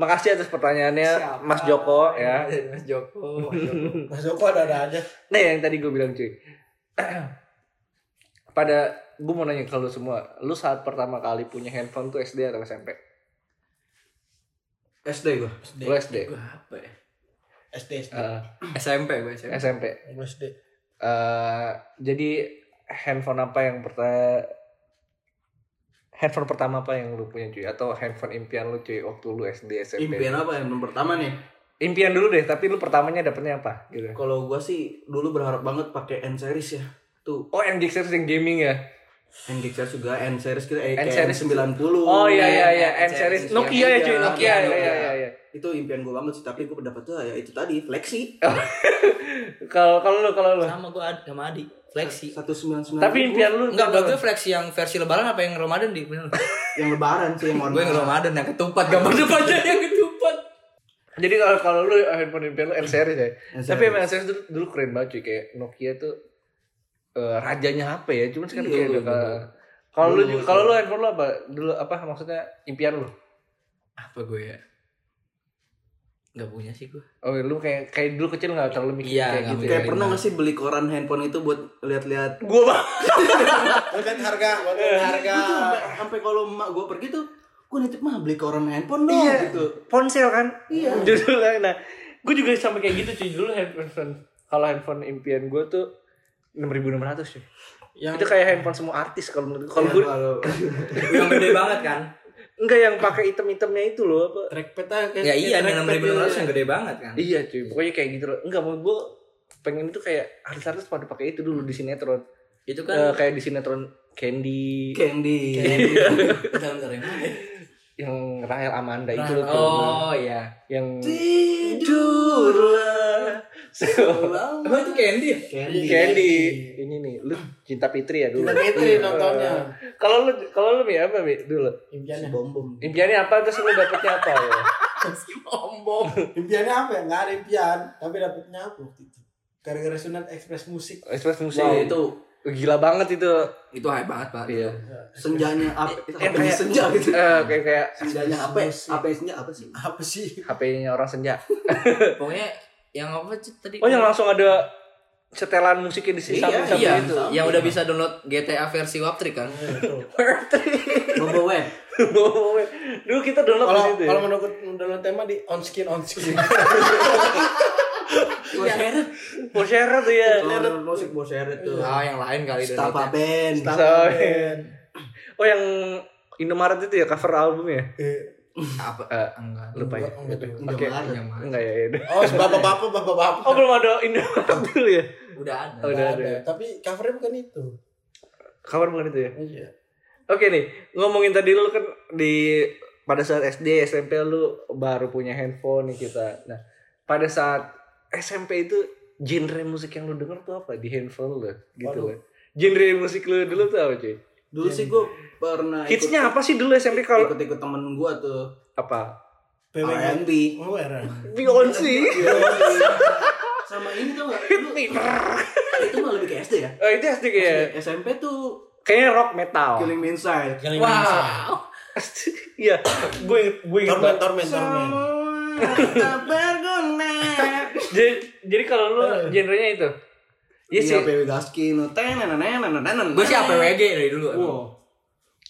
makasih atas pertanyaannya Mas Joko ya Mas Joko. Mas Joko. Mas Joko ada-ada aja. Nah yang tadi gue bilang cuy Pada gue mau nanya kalau semua Lu saat pertama kali punya handphone tuh SD atau SMP? SD gue. Lu SD? Gua apa ya? SD, SD. Eh, SMP gue SMP. SMP Gua SD. Eh, Jadi handphone apa yang pertama Handphone pertama apa yang lu punya cuy? Atau handphone impian lu cuy waktu lu SD SMP? Impian apa yang pertama nih? Impian dulu deh tapi lu pertamanya dapetnya apa? Gitu. Kalau gue sih dulu berharap banget pakai N series ya. Tuh, Oh yang Geeksters yang gaming ya? N series juga N series kita eh, N N series. series 90. Oh iya iya iya N N series. series Nokia ya cuy Nokia, Nokia ya Nokia. ya ya, ya. Iya, Itu impian gue banget sih, tapi gue dapetnya ya itu tadi flexi. Eh. Kalau kalau lu kalau lu Sama gue sama Adi. Fleksi. 199. tapi impian lu Enggak, berarti fleksi yang versi lebaran apa yang Ramadan di? Bener. yang lebaran sih yang gue yang Ramadan yang ketupat gambar depannya yang ketupat. Jadi kalau kalau lu handphone handphone lu N series ya. N-series. Tapi emang N series dulu, dulu keren banget cuy kayak Nokia tuh eh, rajanya HP ya. Cuman sekarang Iya, kayak udah bener. ke- kalau lu Dulu, juga- kalau lu handphone lu apa dulu apa maksudnya impian lu? apa gue ya nggak punya sih gue Oh lu kayak kayak dulu kecil nggak terlalu mikir Iya, kayak nggak gitu. mikir. Ya? Kayak pernah gak sih beli koran handphone itu buat lihat-lihat? Gue bang. Gua lihat harga, gua lihat Gua harga. tuh sampai- sampai kalau emak gue pergi tuh, gue nitip mah beli koran handphone dong gitu. ponsel kan iya judulnya nah gue juga sama kayak gitu cuy dulu handphone kalau handphone impian gue tuh enam ribu enam ratus cuy Yang itu kayak handphone semua artis kalau menurut Iya. kalau gue yang gede banget kan enggak yang pakai item-itemnya itu loh apa Trackpad aja kayak ya iya kayak enam trackpad ribu ya. yang gede banget kan iya cuy pokoknya kayak gitu loh enggak mau gue pengen itu kayak artis-artis pada pakai itu dulu di sinetron itu Eh, kan kayak di sinetron Candy Candy. bentar bentar yang mana ya? yang Rahel Amanda itu loh tuh oh iya yang Tidurlah. emang itu candy ya? Iya, Candy. Candy ini nih lu cinta Fitri ya dulu Cinta Iya. Fitri nontonnya. kalau lu kalau lu Mi, apa Mi, dulu impiannya. Bom bom. impiannya apa terus lu dapetnya apa ya? ombong Impiannya apa ya? Enggak ada impian, tapi dapetnya apa waktu itu? Gara-gara sunat ekspres musik. Express musik Wow, itu itu gila banget itu. itu hype banget pak Iya. senjanya apa? Yang Apa kayak- senja gitu. Eh, kayak kayak Senjanya apa? Apa yang Eh, senja apa sih? Apa sih? HP-nya orang senja. pokoknya yang apa sih tadi Oh yang langsung ada setelan musiknya di sini iya, samping-samping iya. itu. yang udah bisa download GTA versi Waptrik kan Bobo web. Dulu kita download di Kalau situ. ya. kalau menurut menurut tema di on skin on skin. Mau share tuh ya. Bobo musik bos Seret tuh. ah yang lain kali Tapa downloadnya band. Sampai- Oh yang Indomaret itu ya cover albumnya. apa Eh, enggak lupa ya. Enggak, enggak, Oke. Indomaret. yang mana? Enggak ya. ya udah. Oh, bapak-bapak, bapak-bapak. Oh belum ada Indomaret dulu ya. udah ada Oh, udah Nggak ada. Tapi covernya bukan itu. Cover bukan itu ya. Iya. Oke nih, ngomongin tadi lu kan di pada saat SD, SMP lu baru punya handphone nih kita. Nah, pada saat SMP itu genre musik yang lu denger tuh apa di handphone lu gitu Waduh. loh. Genre musik lu dulu tuh apa cuy? Dulu sih gue pernah ikut- Hitsnya apa sih dulu SMP kalau ikut-ikut temen gue tuh apa? PWN. R&B Oh, era. Beyonce. sama ini tuh nggak Hit Dulu- me. itu mah lebih ke SD ya Oh, itu SD kayaknya. SMP tuh Kayaknya rock metal. Killing Me Inside wow Iya, gue inget- gue inget Tormen, banget. tormen, tormen. tak berguna Jadi, jadi kalau lu genrenya itu. Iya sih. Iya. Iya PW Gaskin Tenenenenenenen gue sih APWG dari dulu Oh. emang. Wow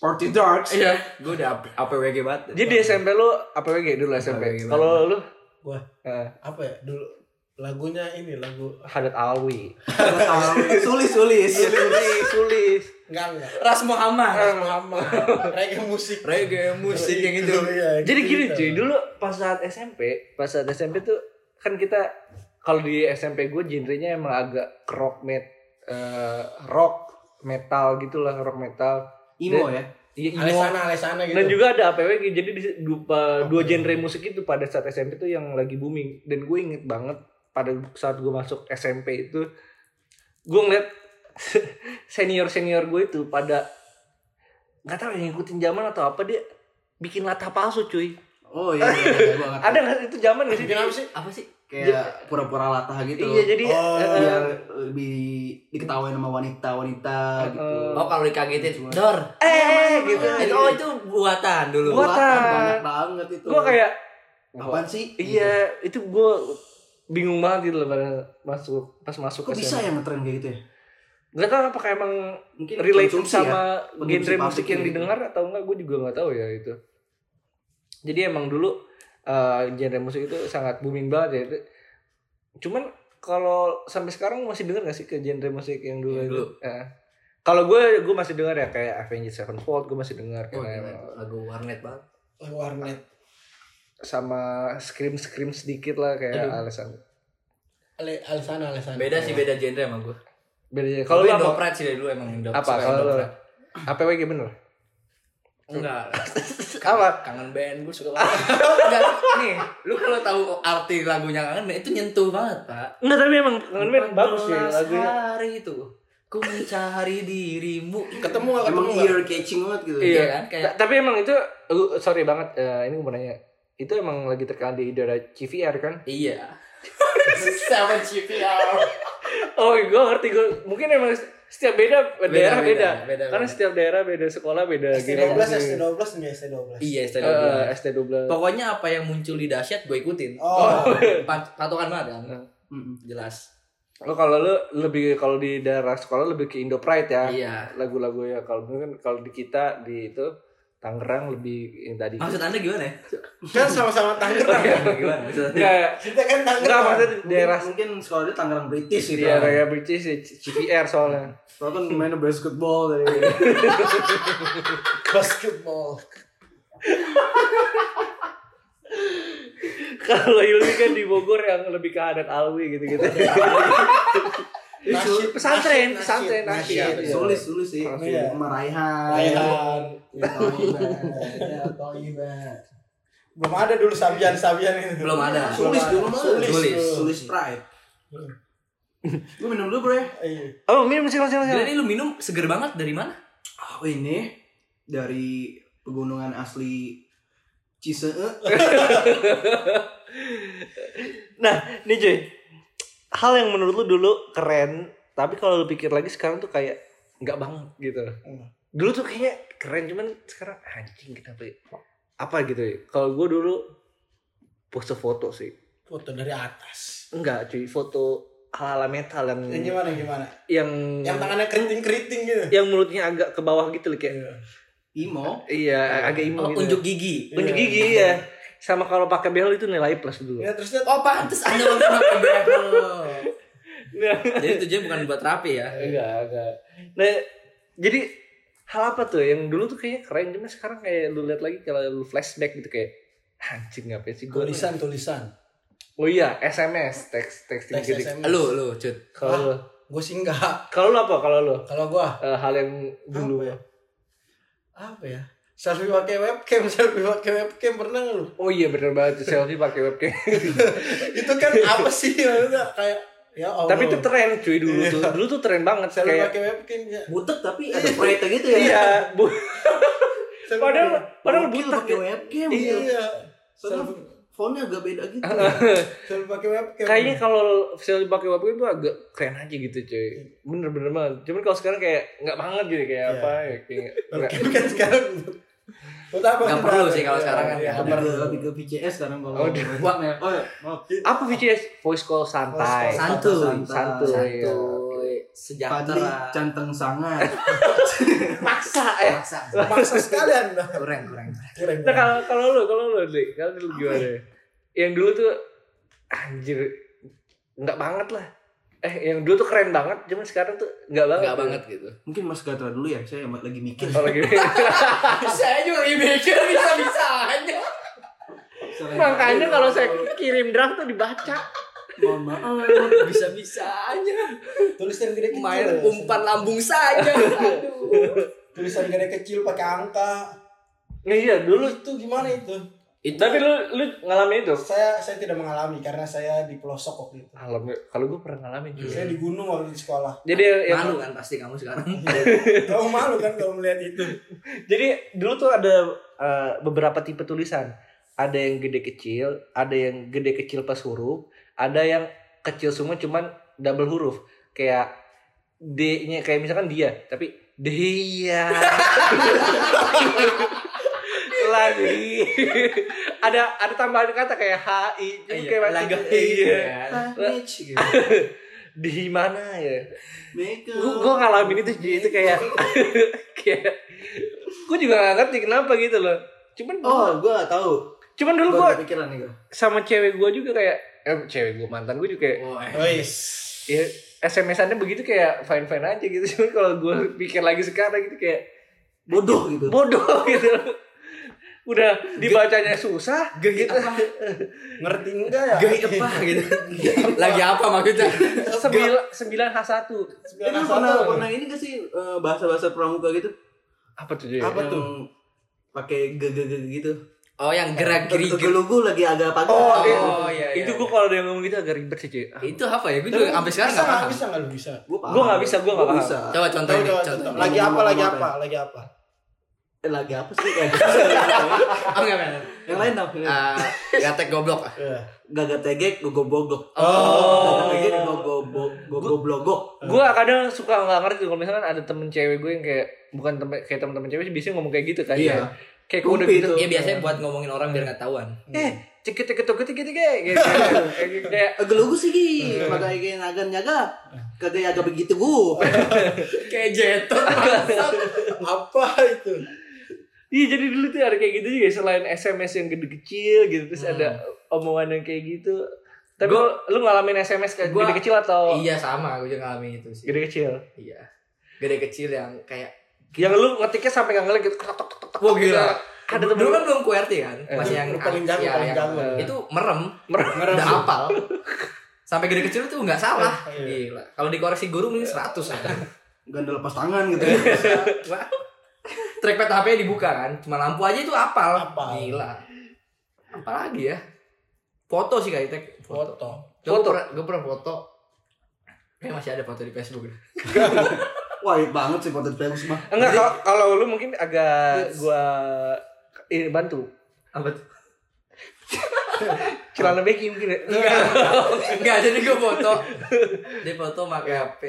Party Darks iya gue udah AP- APWG banget Jadi di SMP lu APWG dulu SMP. APWG Kalau lu Wah, eh, apa ya? Dulu lagunya ini lagu Hadat Alwi. Sulis Sulis Sulis, sulis. enggak enggak. Ras Muhammad Reggae musik. reggae musik yang itu Oh, Iya, Jadi gitu gini kita. cuy, dulu pas saat SMP, pas saat SMP tuh kan kita kalau di SMP gue genrenya emang agak rock met eh, rock metal gitulah rock metal. Imo ya Iya, emo. Alesana, Alesana gitu. Dan juga ada APWG. Jadi di dua, dua genre musik itu pada saat SMP itu yang lagi booming. Dan gue inget banget pada saat gue masuk SMP itu gue ngeliat senior senior gue itu pada nggak tahu yang ngikutin zaman atau apa dia bikin latah palsu cuy. Oh iya iya, iya banget. Ada nggak itu zaman nggak sih? Bikin apa sih? apa sih Kayak pura-pura latah gitu Iya jadi Oh, eh, Biar lebih diketahui sama wanita-wanita gitu oh kalau dikagetin dor eh, Iya, eh gitu. itu oh itu buatan dulu Buat- buatan. Banyak banget itu Gue kayak Apaan sih? Iya itu gue bingung banget gitu loh pada masuk pas masuk Kok bisa ya ngetren kayak gitu ya? Gak tau apakah emang Mungkin related konsumsi ya? sama Konsumsi genre musik publik yang gitu. didengar atau enggak gue juga nggak tahu ya itu jadi emang dulu eh, genre musik itu sangat booming banget ya itu cuman kalau sampai sekarang masih denger gak sih ke genre musik yang dulu Yang itu dulu. Eh. kalau gue gue masih denger ya kayak Avenged Sevenfold gue masih denger Oh, kayak gila, lagu warnet banget Lagu warnet. sama scream scream sedikit lah Iya. kayak alasan Ale, Alesana, Alesana. beda sih beda genre sama gue beda ya, kalau Iya. kalau lu apa dopret sih dari dulu emang dopret apa suka kalau lu dopret. APW bener enggak apa kangen band gue suka banget enggak nih lu kalau tahu arti lagunya kangen Band, itu nyentuh banget pak Enggak tapi emang kangen band bagus sih 14 lagunya hari itu ku mencari dirimu Ketemu gak ketemu Emang nggak? ear catching banget gitu. Iya kan? Kayak- Ta- tapi emang itu uh, sorry banget eh, ini gue mau nanya itu emang lagi terkenal di idora CVR kan? Iya. Sama GPR. Oh, gue ngerti gue. Mungkin emang setiap beda, daerah beda. beda, Karena beda. setiap daerah beda sekolah beda ST12 ya? ST12 nih ST12 iya ST12. Eh, ST12. Pokoknya apa yang muncul di dahsyat gue ikutin. oh Pat- patokan banget kan. Hmm. Mm-mm. Jelas. Lo Oh, kalau lu lebih kalau di daerah sekolah lebih ke Indo Pride ya. Iya. Lagu-lagu ya kalau mungkin kalau di kita di itu Tangerang lebih yang tadi. Maksud Anda gimana ya? kan sama-sama Tangerang Gimana? Maksud Anda? Enggak, iya. kita kan enggak Tangerang maksudnya di Mungkin- daerah mungkin sekolah dia Tangerang Iya British gitu. Iya. daerah ya British ya, CVR soalnya. Soalnya kan mainnya basketball dari basketball kalau Ilmi kan di Bogor yang lebih ke adat Alwi gitu-gitu. Nasyid, pesantren, pesantren, nasyid, nasyid, nasyid, nasyid. iya. sulis sulis sih. Iya. Sama Raihan. Raihan Ya, Toiba. Ya, Toiba. belum ada dulu Sabian Sabian itu Belum ada. Sulis dulu mah. Sulis. Sulis. Sulis Pride. Gue minum dulu bro ya. Iya. Oh, minum sih, sih, Gila sih. ini lu minum seger banget dari mana? Aku ini dari pegunungan asli Ciseut. Nah, nih Joy. Hal yang menurut lu dulu keren, tapi kalau lu pikir lagi sekarang tuh kayak nggak banget gitu. Hmm. Dulu tuh kayaknya keren cuman sekarang anjing kenapa ya? Apa gitu ya? Kalau gue dulu pose foto sih. foto dari atas Enggak cuy, foto hal-hal metal yang yang gimana gimana yang yang tangannya keriting keriting gitu yang mulutnya agak ke bawah gitu loh kayak. Iya. Imo. Iya, agak imo Oh, gitu. unjuk gigi. Unjuk gigi ya. Sama kalau pakai behel itu nilai plus dulu. ya terus dia Oh, pantes Anda waktu makan bagel. Nah, Jadi tujuannya bukan buat rapi ya. enggak enggak nah jadi hal apa tuh yang dulu tuh kayaknya keren cuma sekarang kayak lu lihat lagi kalau lu flashback gitu kayak anjing ngapain sih gue tulisan tulisan oh iya sms teks teks teks gitu SMS Lu, lu, cut. kalau lu gue sih enggak kalau lu apa kalau lu kalau gua Eh, hal yang dulu Apa ya? apa ya selfie pakai webcam selfie pakai webcam pernah nggak lu oh iya bener banget tuh, selfie pakai webcam itu kan apa sih maksudnya kayak ya Allah tapi itu tren cuy dulu tuh dulu tuh tren banget Iya. selfie kayak pakai webcam ya Butek tapi ada proyeknya gitu ya. iya bu Selfie padahal padahal Gokil butek pakai ya. webcam. pakai- gitu. iya Soalnya fontnya agak beda gitu. selfie pakai webcam kayaknya kalau selfie pakai webcam itu agak keren aja gitu cuy bener-bener banget cuman kalau sekarang kayak nggak banget gitu kayak Iya. apa ya kayak nggak- webcam kan sekarang buat Nggak apa kita perlu ada? sih kalau Iya, sekarang kan iya, nggak nggak Ada perlu. lebih ke VCS sekarang Oh, kalau. udah. Webcam ya. Oh, ya. maaf. apa VCS voice call santai Voice call Santuy. Santuy. Iya. Santuy. Padli Sejahtera. canteng sangat. maksa ya Maksa. maksa sekalian lah Kurang, kurang. Keren nah banget. kalau kalau lu kalau lu deh kalau lu gimana yang dulu tuh anjir nggak banget lah eh yang dulu tuh keren banget cuman sekarang tuh nggak banget Enggak banget gitu. Mungkin Mas Gatra dulu ya, saya lagi mikir. oh, lagi Saya juga lagi mikir bisa-bisa aja. Saya- makanya kalau saya kirim draft tuh dibaca Mohon "Oh, maaf. Bisa-bisa aja. tulisan gede kecil Main umpan lambung saja. Aduh. tulisan gede kecil pakai angka Nah, iya dulu itu gimana itu Itu tapi lu lu ngalamin itu saya saya tidak mengalami karena saya di pelosok waktu itu Alhamdulillah, kalau gue pernah ngalamin juga. saya di gunung waktu di sekolah Iya. Jadi yang malu kan pasti kamu sekarang. kamu malu kan kalau melihat itu Jadi dulu tuh ada eh, beberapa tipe tulisan. Ada yang gede kecil, ada yang gede kecil pas huruf, ada yang kecil semua cuman double huruf. Kayak D-nya kayak misalkan dia, tapi dia. lagi ada ada tambahan kata kayak hi jadi Iya, kayak macam- iya. Mitch gitu. di mana ya Make gue gue ngalamin itu jadi itu kayak kayak gue juga gak ngerti kenapa gitu loh cuman dulu- Oh, gua tahu. cuman dulu gue Baru kepikiran nih gua. sama cewek gue juga kayak eh cewek gue mantan gue juga kayak Oh. Wis. ya SMS-annya begitu kayak fine fine aja gitu cuman kalau gue pikir lagi sekarang gitu kayak Bodoh gitu. bodoh gitu udah dibacanya susah gitu ngerti enggak ya Gay apa gitu. Lagi apa maksudnya? sembilan sembilan h satu Eh, lu pernah pernah ini gak sih eh, bahasa-bahasa pramuka gitu? apa tuh jadi Apa tuh? Pakai gegege gitu. Oh yang gerak gerigi. Gegelugu lagi agak pagi. Oh, iya. iya. itu gue kalau dia ngomong gitu agak ribet sih cuy itu apa ya? Gue juga sampai sekarang bisa enggak nggak paham. bisa nggak lu bisa Gua paham. Gua nggak bisa, gua nggak Gua paham. bisa. Coba contohin, Coba, coba, contohin. coba. lagi apa Ngomong lagi apa apa lagi apa eh, lagi apa sih? Eh, yang Oh, enggak, enggak. lain dong. Eh, gatek goblok. ah. Iya. Gaga tegek, gogo bogok. Gaga Oh. tegek, gogo bo- gogo blogok. gue kadang suka nggak ngerti kalau misalkan ada temen cewek gue yang kayak bukan temen kayak temen-temen cewek sih biasanya ngomong kayak gitu kan Iya. ya. kayak kode Kumpi gitu itu. Ya biasanya buat ngomongin orang biar nggak tahuan. eh ceket ceket ceket ceket ceket gitu Kayak- kayak Gelugu sih Gi. kagak kayak nagan nyaga. Kagak agak begitu gua. Kayak jetot. apa itu iya jadi dulu tuh ada kayak gitu juga selain sms yang gede kecil gitu terus Hmm. ada omongan yang kayak gitu tapi lu, lu ngalamin sms kayak Gua- kan, gede kecil atau Iya sama, gue juga ngalamin itu sih. gede kecil Iya. Gede kecil yang kayak yang lu ngetiknya sampai nggak ngeliat gitu ketok ketok ketok Wah gila. ada Dulu- temen Dulu lu kan belum QWERTY kan, Eh. masih yang Lu paling jago, ya, paling yang- jago. Itu merem, merem udah apal. Sampai gede kecil tuh nggak salah. Iya. Gila. Kalau dikoreksi guru mungkin 100 aja. Gandel lepas tangan gitu. Wah. Trackpad HP dibuka kan, cuma lampu aja itu apal. Apal. Gila. Apalagi ya? Foto sih kali tek. foto Foto. Foto. Gue pernah foto. Kayak masih ada foto di Facebook. Wah, banget sih konten Facebook mah. enggak kalau kalau lu mungkin agak gua ini bantu Apa tuh? celana beki mungkin ya. Enggak. Enggak, jadi gue foto. Dia foto pakai HP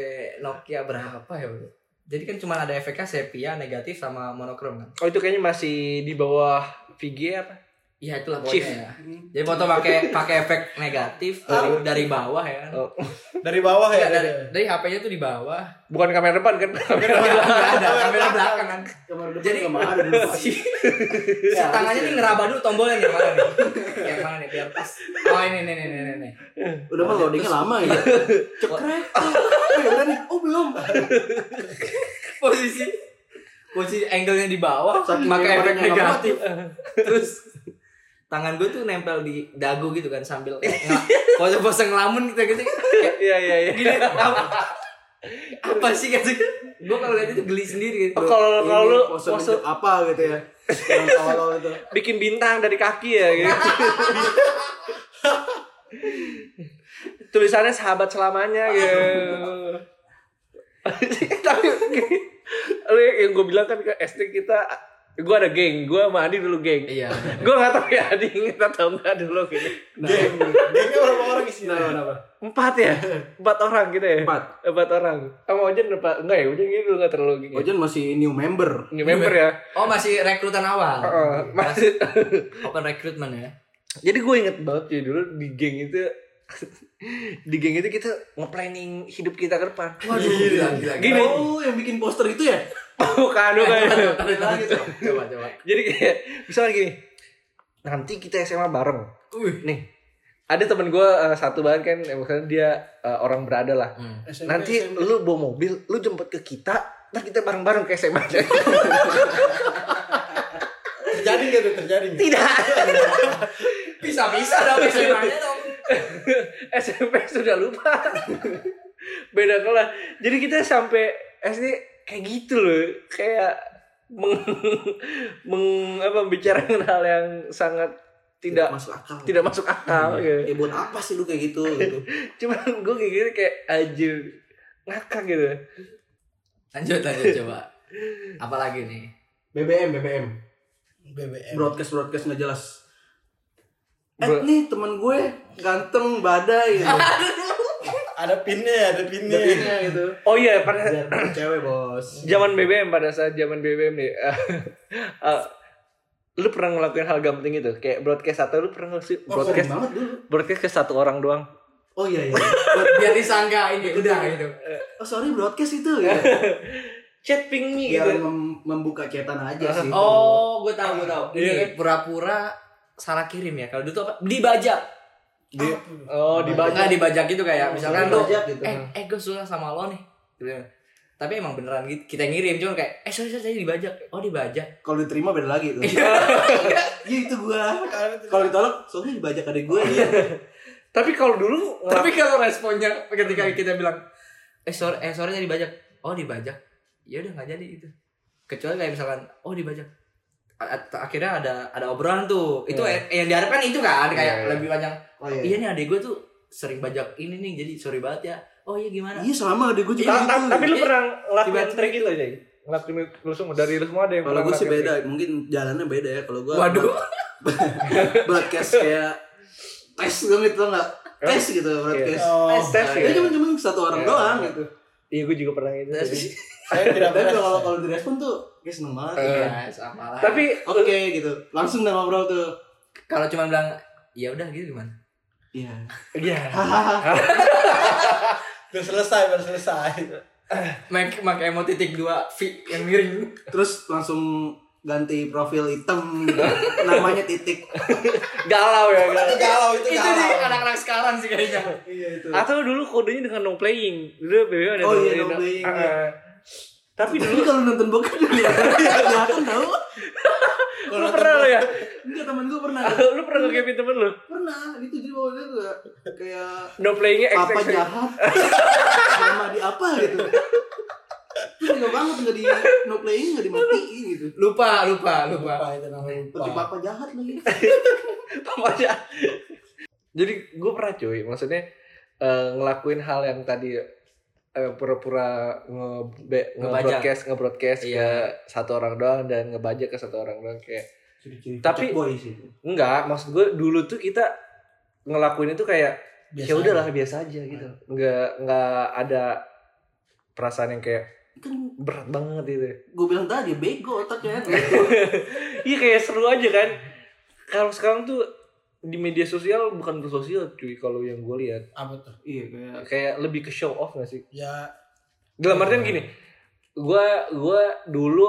Nokia berapa ya? bro? Jadi kan cuma ada efeknya sepia, negatif sama monokrom kan. oh itu kayaknya masih di bawah VG apa Iya, itulah Chief. pokoknya ya. Jadi foto pakai pakai efek negatif dari, dari bawah ya kan. oh. dari bawah Enggak, ya Iya, dari dari HP-nya tuh di bawah. bukan kamera depan kan Enggak ada kamera belakang kan. Kamar depan Jadi- nggak ada dulu. Si, si tangannya nih ngeraba dulu tombolnya nih mana nih? Yang mana nih biar pas. Oh ini nih nih nih nih, nih. Udah mah loadingnya lama ya. Cekrek. Oh, ya udah nih. Oh, belum. Posisi posisi angle-nya di bawah, Saking maka efek gambarnya nggak negatif. Terus tangan gue tuh nempel di dagu gitu kan sambil kayak ngel- pose-pose ngelamun gitu gitu. Kayak iya iya iya Gini apa, apa sih gitu? Gue kalau lihat itu geli sendiri. gitu. Oh, kalau kalau Ini lu pose pose menjawab apa gitu ya. Yang awal-awal itu. bikin bintang dari kaki ya gitu. Tulisannya sahabat selamanya gitu. Tapi lu yang- yang gue bilang kan ke SD kita gue ada geng, gue sama Adi dulu geng. Iya. Gue gak tau ya Adi inget atau enggak dulu gitu. geng gengnya berapa orang isinya Empat ya? Empat orang gitu ya? Empat. Empat orang. Sama Ojen berapa? Enggak ya, Ojen gitu gak terlalu gini. Ojen. Ojen masih new member. Ini member ya? Oh masih rekrutan awal. Heeh. Masih- Open recruitment ya. Jadi gue inget banget ya dulu di geng itu di geng itu kita nge-planning hidup kita ke depan. Waduh, Gila, gila, gila. Oh, yang bikin poster itu ya? bukan bukan. Coba coba. Jadi kayak misalnya gini, nanti kita SMA bareng. Wih. Nih, ada temen gue eh, satu banget kan, eh, maksudnya dia eh, orang berada lah. Hmm. SMP, nanti SMP. lu bawa mobil, lu jemput ke kita, ntar kita bareng-bareng ke SMA. terjadi nggak tuh Iya, terjadi nggak? Tidak, Bisa bisa dong SMA-nya dong. SMP sudah lupa. Beda kelas. Jadi kita sampai SD kayak gitu loh, kayak meng, meng apa membicarakan hal yang sangat tidak masuk akal. tidak masuk akal gitu. Ya buat apa sih lu kayak gitu gitu. cuman gue kayak gini kayak anjir ngakak gitu Lanjut lanjut coba. Apalagi nih? BBM, BBM. BBM Broadcast broadcast nggak jelas. Eh Bro- nih temen gue ganteng badai gitu. ada pinnya ya ada pinnya Dapetnya gitu. oh iya pada Biar cewek bos. zaman BBM pada saat zaman BBM nih eh, lu pernah ngelakuin hal gampang itu kayak broadcast satu lu pernah nggak sih Oh, sering broadcast banget dulu. broadcast ke satu orang doang Oh iya iya. Biar disangka ini udah gitu. Oh sorry broadcast itu gitu. chat ping me Biar gitu mem- membuka cetan aja sih. Oh, gue tahu gue tahu. Iya kan? Ini pura-pura salah kirim ya. Kalau dulu tuh apa? Dibajak. oh Enggak dibajak Oh, dibajak gitu kayak misalkan lu Dibajak gitu. eh eh gue suka sama lo nih. Gitu. Tapi emang beneran gitu. Kita ngirim cuman kayak eh sorry sorry saya dibajak. Oh dibajak. Kalau diterima beda lagi tuh. Iya itu gua. Kalau- Kalau ditolak soalnya dibajak adik gue ya. tapi kalau dulu Tapi kalau responnya ketika kita bilang eh sore eh sorenya dibajak. Oh, dibajak. Ya udah nggak jadi itu. Kecuali kayak misalkan oh dibajak. A- at- Akhirnya ada ada obrolan tuh. Itu Iya. eh, yang diharapkan itu kan Iya, kayak iya. lebih panjang. Oh iya. Iya nih adek gue tuh sering bajak ini nih jadi sorry banget ya. Oh iya gimana? Iya gitu. sama adik gue juga Ta- gitu. ta- tapi lu pernah ngelakuin Tiba-tiba trik itu aja ngelakuin lu semua dari lu semua ada yang Kalau gue pernah sih ngelakuin? gitu? beda, mungkin jalannya beda ya. Kalau gue Waduh. broadcast kayak tes banget tau nggak? Tes gitu broadcast. Nah, Oh, Tes, tes ya. Dia cuma cuma satu orang Iya. doang gitu. Iya gue juga pernah gitu. saya tidak Tapi pernah. kalau kalau direspon tuh, guys seneng banget. Eh. Ya, sama lah. Tapi Oke gitu, langsung dah ngobrol tuh. kalau cuma bilang ya udah gitu gimana? Iya. iya. Hahaha. Udah selesai, baru selesai. Make make emo titik dua V yang miring. Terus langsung ganti profil hitam gitu. namanya titik Galau ya galau. Itu galau, itu Itu di galau. anak-anak sekarang sih kayaknya. iya itu Atau dulu kodenya dengan no playing. Dulu BBM ada Oh, iya, kodenya no playing, Ah, iya. ah. Tapi tapi dulu kalau nonton bokep juga nggak akan tahu lu pernah lo ya? enggak temen gue pernah lu pernah ngegepin temen lu? pernah itu jadi bawahnya tuh kayak No playingnya X apa X, X. jahat mama di apa gitu itu nggak banget nggak di no playing nggak dimatiin gitu Lupa, lupa, lupa. Lupa itu namanya seperti lupa. papa jahat lagi Tampaknya. Jadi gue pernah cuy, maksudnya eh, ngelakuin hal yang tadi eh, pura-pura nge, be- nge- Ngebajak. broadcast nge broadcast Iya. ke satu orang doang dan ngebajak ke satu orang doang kayak Ciri-ciri Tapi- cocok boy sih enggak maksud gue dulu tuh kita ngelakuin itu kayak Biasa ya udahlah biasa aja gitu nggak nggak ada perasaan yang kayak kan berat banget gitu gue bilang tadi bego otaknya iya kayak seru aja kan kalau sekarang tuh di media sosial bukan ke sosial cuy kalau yang gue lihat Apa tuh? iya kayak kayak lebih ke show off gak sih Ya, Dalam artian gini, gua gua dulu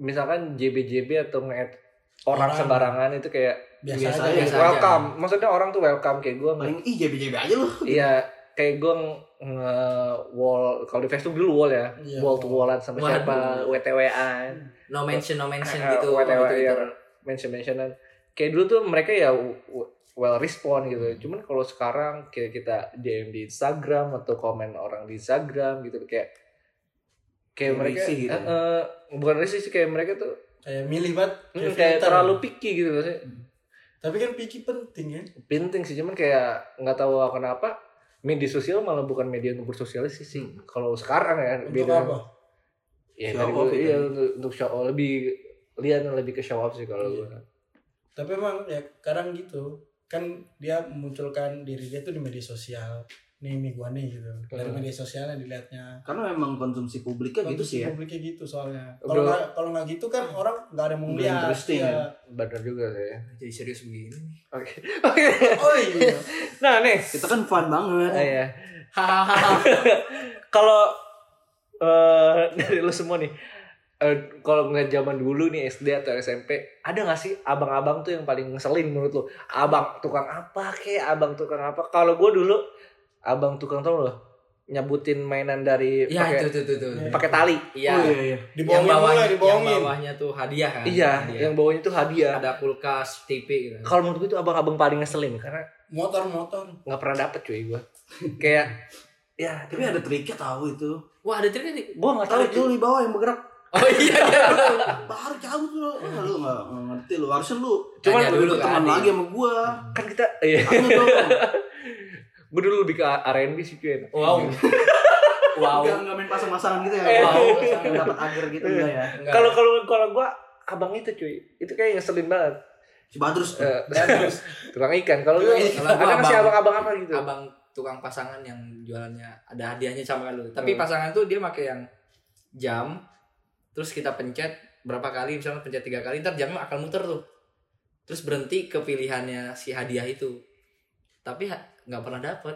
misalkan JBJB atau nge orang Orang. sembarangan itu kayak biasa, Biasa aja. aja. Iya, Biasa welcome. Maksudnya orang tuh welcome kayak gua nge- paling ih jb jb aja loh iya kayak gua nge- nge wall kalau di Facebook dulu wall ya. Iya. wall to wallan sama Waduh. siapa, WTW-an, No mention, no mention Eh, gitu. WTW, di iya, Twitter. mention-mentionan. Kayak dulu tuh mereka ya w- well respond gitu. Cuman kalau sekarang kayak kita DM di Instagram atau komen orang di Instagram gitu kayak kayak Kayak mereka risih gitu. eh, eh, bukan risih sih kayak mereka tuh Kayak milih banget. hmm, filter. kayak terlalu picky gitu maksudnya. Tapi kan pikir penting ya. Penting sih cuman kayak nggak tahu kenapa media sosial malah bukan media untuk bersosialisasi sih. Kalau sekarang ya Untuk apa? Ya, Show tadi off gua- gitu. iya, untuk, untuk show off lebih lihat lebih ke show off sih kalau Iya. gua. Tapi emang ya sekarang gitu. Kan dia memunculkan diri dia tuh di media sosial. Nih mi gua nih gitu. Dari Hmm. media sosialnya dilihatnya. karena emang konsumsi publiknya gitu sih ya Publiknya gitu soalnya. Udah. Kalau nggak kalau nggak gitu kan orang nggak ada yang mau Udah lihat. interesting ya. ya. Bener juga sih. Jadi serius begini. Oke. Oke. Oh iya. Nah, nih. kita kan fun banget Ah, iya. Hahaha. Kalau eh dari lu semua nih eh, kalau ngeliat zaman dulu nih SD atau SMP, ada gak sih abang-abang tuh yang paling ngeselin menurut lu? Abang tukang apa kek? Abang tukang apa? Kalau gue dulu abang tukang tau loh nyebutin mainan dari ya pakai itu tuh tuh tuh. pakai tali. Iya. oh iya iya Yang Dibohongin bawahnya, mulai, yang dibohongin. bawahnya tuh hadiah kan. Iya, Hadiah. yang bawahnya tuh hadiah. ada kulkas, TV gitu. Kalau menurut gue itu abang-abang paling ngeselin karena Motor-motor. nggak pernah dapet cuy gue. Kayak ya tapi ada triknya tahu itu Wah, ada triknya nih. gue nggak tahu tarik cuy. dulu di bawah yang bergerak Oh iya. iya. baru cabut lu Wah, lu nggak nggak ngerti lu harusnya lu Cuman Tanya lu dulu teman kan. lagi sama gua kan kita iya. Tanya dong. gue dulu lebih ke R&B sih cuy Wow. wow. Iya. nggak nggak main pasang-pasangan gitu ya Eh. wow yang dapat agar gitu enggak ya Enggak. kalau kalau kalau gue abang itu cuy itu kayak ngeselin banget si Badrus tuh. Eh, tukang ikan kalau gue Iya, Kalau gua ada nggak sih abang. abang-abang apa gitu abang tukang pasangan yang jualannya ada hadiahnya sama kan lu. Tapi pasangan tuh dia pakai yang jam terus kita pencet berapa kali misalnya pencet tiga kali ntar jamnya akan muter tuh terus berhenti ke pilihannya si hadiah itu tapi ha- nggak pernah dapet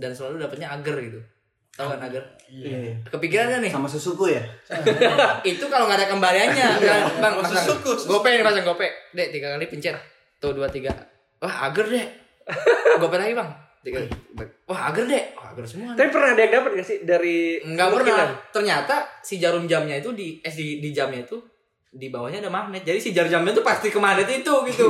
dan selalu dapetnya agar gitu tau kan agar Iya. kepikiran kan nih sama susuku ya itu kalau nggak ada kembaliannya kan bang Khusus pasang suku, khusus gope ini pasang gope dek tiga kali pencet tuh dua tiga wah agar dek gope lagi bang tiga wah agar dek wah agar semua tapi pernah ada yang dapat gak sih dari nggak kemungkinan? pernah ternyata si jarum jamnya itu di eh di, di jamnya itu di bawahnya ada magnet jadi si jarum jamnya itu pasti ke magnet itu gitu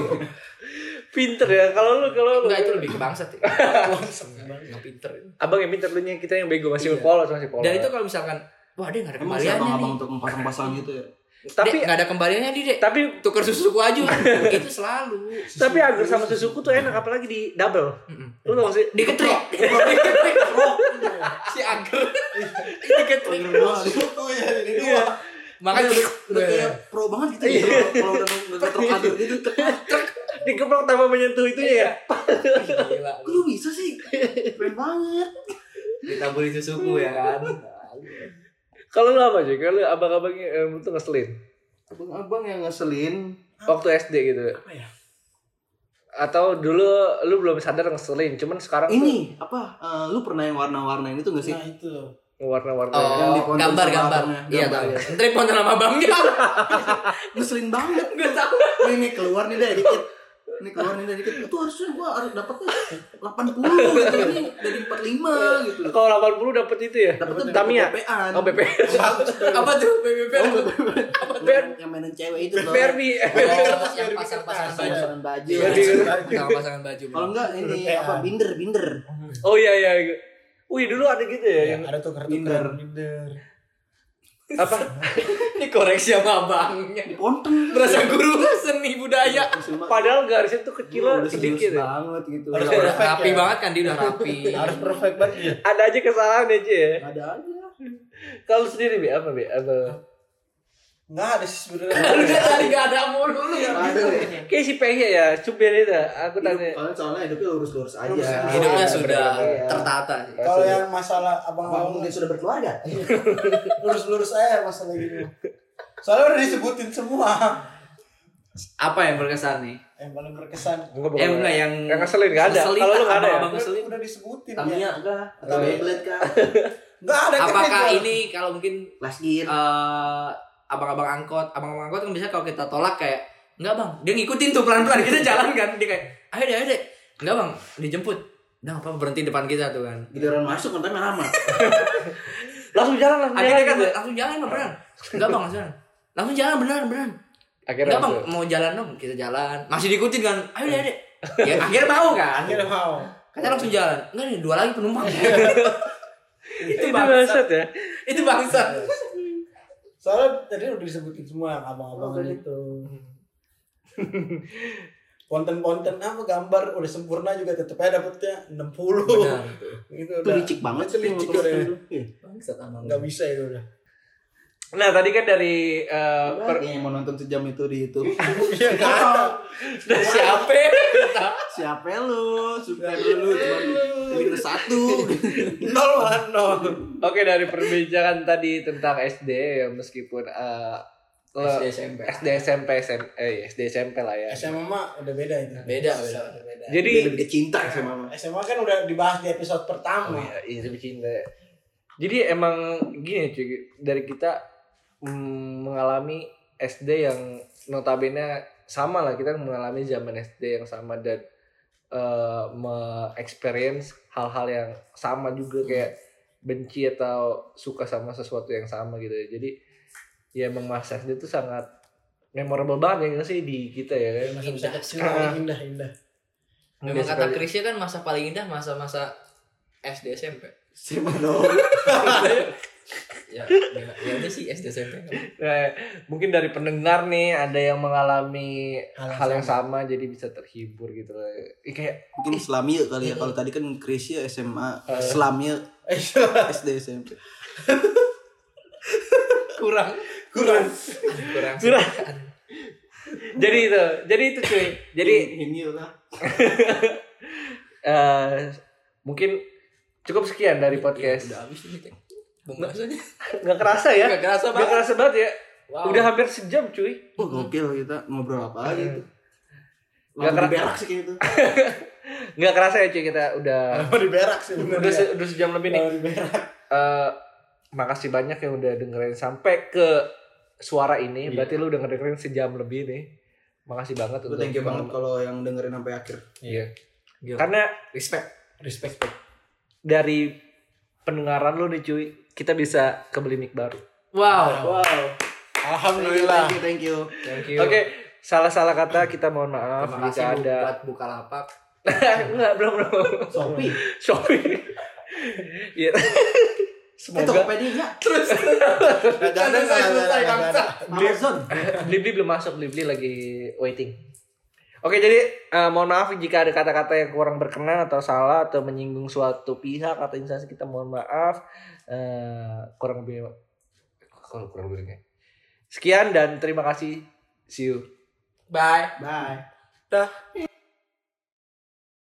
pinter ya kalau lu kalau lu nggak itu lebih ke bangsat ya. nggak nggak pinter abang yang pinter lu nya kita yang bego masih Iya. polos masih polos dan itu kalau misalkan wah dek nggak ada emang si kembaliannya nih abang-abang tukang pasang-pasangan gitu ya tapi tapi nggak ada kembaliannya nih dek tapi tuker susuku aja itu selalu tapi agar sama susuku tuh enak apalagi di double Mm-mm. lu tau gak sih diketrik diketrik si agar diketrik Oh, iya, gitu Suku ya ini dua. Makanya udah Iya. udah kayak pro banget Iya. gitu ya kalau- kalau udah ngetrok kader gitu Dikeprok tanpa menyentuh itu ya. Iya. gila. kok lu bisa sih keren banget Ditaburi susuku ya kan. Kalau lu apa sih? Kalau lu abang-abangnya eh, menurut lu ngeselin abang-abang yang ngeselin waktu SD gitu. Apa ya? Atau dulu lu belum sadar ngeselin, cuman sekarang tuh ini apa eh, lu pernah yang warna-warna ini tuh gak sih Nah itu warna-warna. Yang Oh, diponton gambar sama gambar. abangnya. Iya, Gambar, tahu. ya. Entri ponton sama abangnya. ngeselin banget Gue tahu. ini nih keluar nih dari dikit ini keluar nih dari dikit itu harusnya gua harus dapatnya 80 gitu ini dari 45 gitu Kalau 80 dapet itu ya? dapatnya Tamiya. BPN Oh BPR. Apa tuh? PPP. yang mainan cewek itu loh BPR Oh, yang pasang-pasangan baju. pasangan baju Yang pasangan baju. Iya, kalau enggak ini Perpean. apa binder binder Oh iya iya. Wih dulu ada gitu ya, Ya, yang ada tuker Minder. tuker minder. apa? Ini koreksi sama abangnya. diponton Berasa guru seni budaya. Padahal garisnya tuh kecil udah sedikit serius ya. banget gitu Harus Udah perfect rapi ya. banget kan dia udah rapi. Harus perfect banget ya. Ada aja kesalahan aja ya. ada aja Kalau lu sendiri Bi apa Bi? Apa? Enggak ada sih sebenarnya. Udah tadi gak ada mulu lu ya. ada ya Kayak si Pehya ya, cubir itu. Aku Hidup- tanya. soalnya- soalnya hidupnya lurus-lurus aja Lurus-lurus aja. Hidupnya Iya, sudah bener-bener. tertata sih. Kalau yang masalah abang Apa abang mungkin sudah berkeluarga lurus-lurus aja masalah gitu. Soalnya udah disebutin semua. Apa yang berkesan nih? Yang paling berkesan. Enggak Eh enggak yang Yang ngeselin nggak ada. ngeselin, Kalau lu nggak ada ya? abang ngeselin. Udah disebutin ya. Tamiya kah atau Eh. Beyblade kah Enggak ada kan kan Apakah ketiga. ini kalau mungkin Last gear eh, abang-abang angkot, abang-abang angkot kan biasanya kalau kita tolak kayak enggak bang, dia ngikutin tuh pelan-pelan kita jalan kan dia kayak ayo deh ayo deh enggak bang dijemput Nah, apa berhenti depan kita tuh kan. giliran masuk kan lama Langsung jalan langsung jalan. Akhirnya kan gitu. langsung jalan bang beneran. Enggak bang langsung jalan. Langsung jalan beneran beneran. Akhirnya Enggak bang langsung. mau jalan dong kita jalan. Masih diikutin kan. Ayo deh ayo deh. Ya akhirnya mau kan. Akhirnya mau. Katanya langsung jalan. Enggak nih dua lagi penumpang. itu Itu bangsa. bangsat ya. Itu bangsa. Soalnya tadi udah disebutin semua yang gitu. abang-abangan itu. Konten-konten apa gambar udah sempurna juga tetep aja dapetnya 60 Itu itu udah licik banget Itu licik motor udah. itu. Iya. Bangsa abang. nggak bisa itu udah Nah tadi kan dari eh, Ada per- yang mau nonton sejam itu di itu Iya nggak ada Dari siapa? siapa lu subscribe dulu cuma liter satu Nol lah nol Oke dari perbincangan tadi tentang SD ya meskipun eh, lo- SD, SMP. SD SMP SM- eh, SD SMP lah ya. SMA mah udah beda itu Beda, beda. beda. Jadi lebih cinta sama mama SMA kan udah dibahas di episode Oh pertama iya, iya lebih cinta. Jadi emang gini cuy, dari kita mm, mengalami SD yang notabene sama lah kita mengalami zaman SD yang sama dan eh me-experience hal-hal yang sama juga kayak benci atau suka sama sesuatu yang sama gitu ya. Jadi ya emang masa SD itu sangat memorable banget ya nggak sih di kita ya kan. masa-masa Indah. kecil paling indah Ah. indah Memang Biasa kata kali. Krisya kan masa paling indah masa-masa SD SMP. siapa dong Ya, ya, ya udah sih SD SMP. Nah, mungkin dari pendengar nih ada yang mengalami hal, Hal yang yang sama jadi bisa terhibur gitu loh. Ih, kayak mungkin Islamia kali ya kalau tadi kan Krisya SMA Islamia Eh, SD SMP Kurang, kurang kurang. curah. jadi itu, jadi itu cuy. Jadi ini lah eh, mungkin cukup sekian dari podcast. Iya, Udah habis ini teh. Pembahasannya. Nggak kerasa ya? Nggak kerasa Nggak banget. kerasa banget ya. Wow. Udah hampir sejam cuy. oh gokil kita ngobrol apa aja itu Nggak Langsung kerasa. berak sih kayak gitu Nggak kerasa ya cuy kita udah Kenapa di berak sih bener udah, ya? se- udah sejam lebih nih. Kenapa di berak Eh, makasih banyak yang udah dengerin sampai ke suara ini. Iya. Berarti lu udah dengerin sejam lebih nih. Makasih banget Gua thank you banget malam- kalau yang dengerin sampai akhir Iya. Iya. Gila. Karena Respect. respect dari pendengaran lu nih cuy, kita bisa kebeli mic baru. Wow. wow alhamdulillah thank you thank you Thank Oke, you. salah-salah kata kita mohon maaf Iya. Terima jika kasih Bu, ada buat buka lapak. enggak belum belum. Sopi Shopee. Iya. eh Semoga Tokopedia Terus Gak ada gak ada, gak ada, gak ada Amazon Blibli belum masuk, Blibli lagi waiting. Oke, jadi eh, mohon maaf jika ada kata-kata yang kurang berkenan atau salah atau menyinggung suatu pihak atau instansi kita mohon maaf. Eh, kurang lebih kalau kurang lebihnya. Sekian dan terima kasih. See you. Bye. Bye. Dah.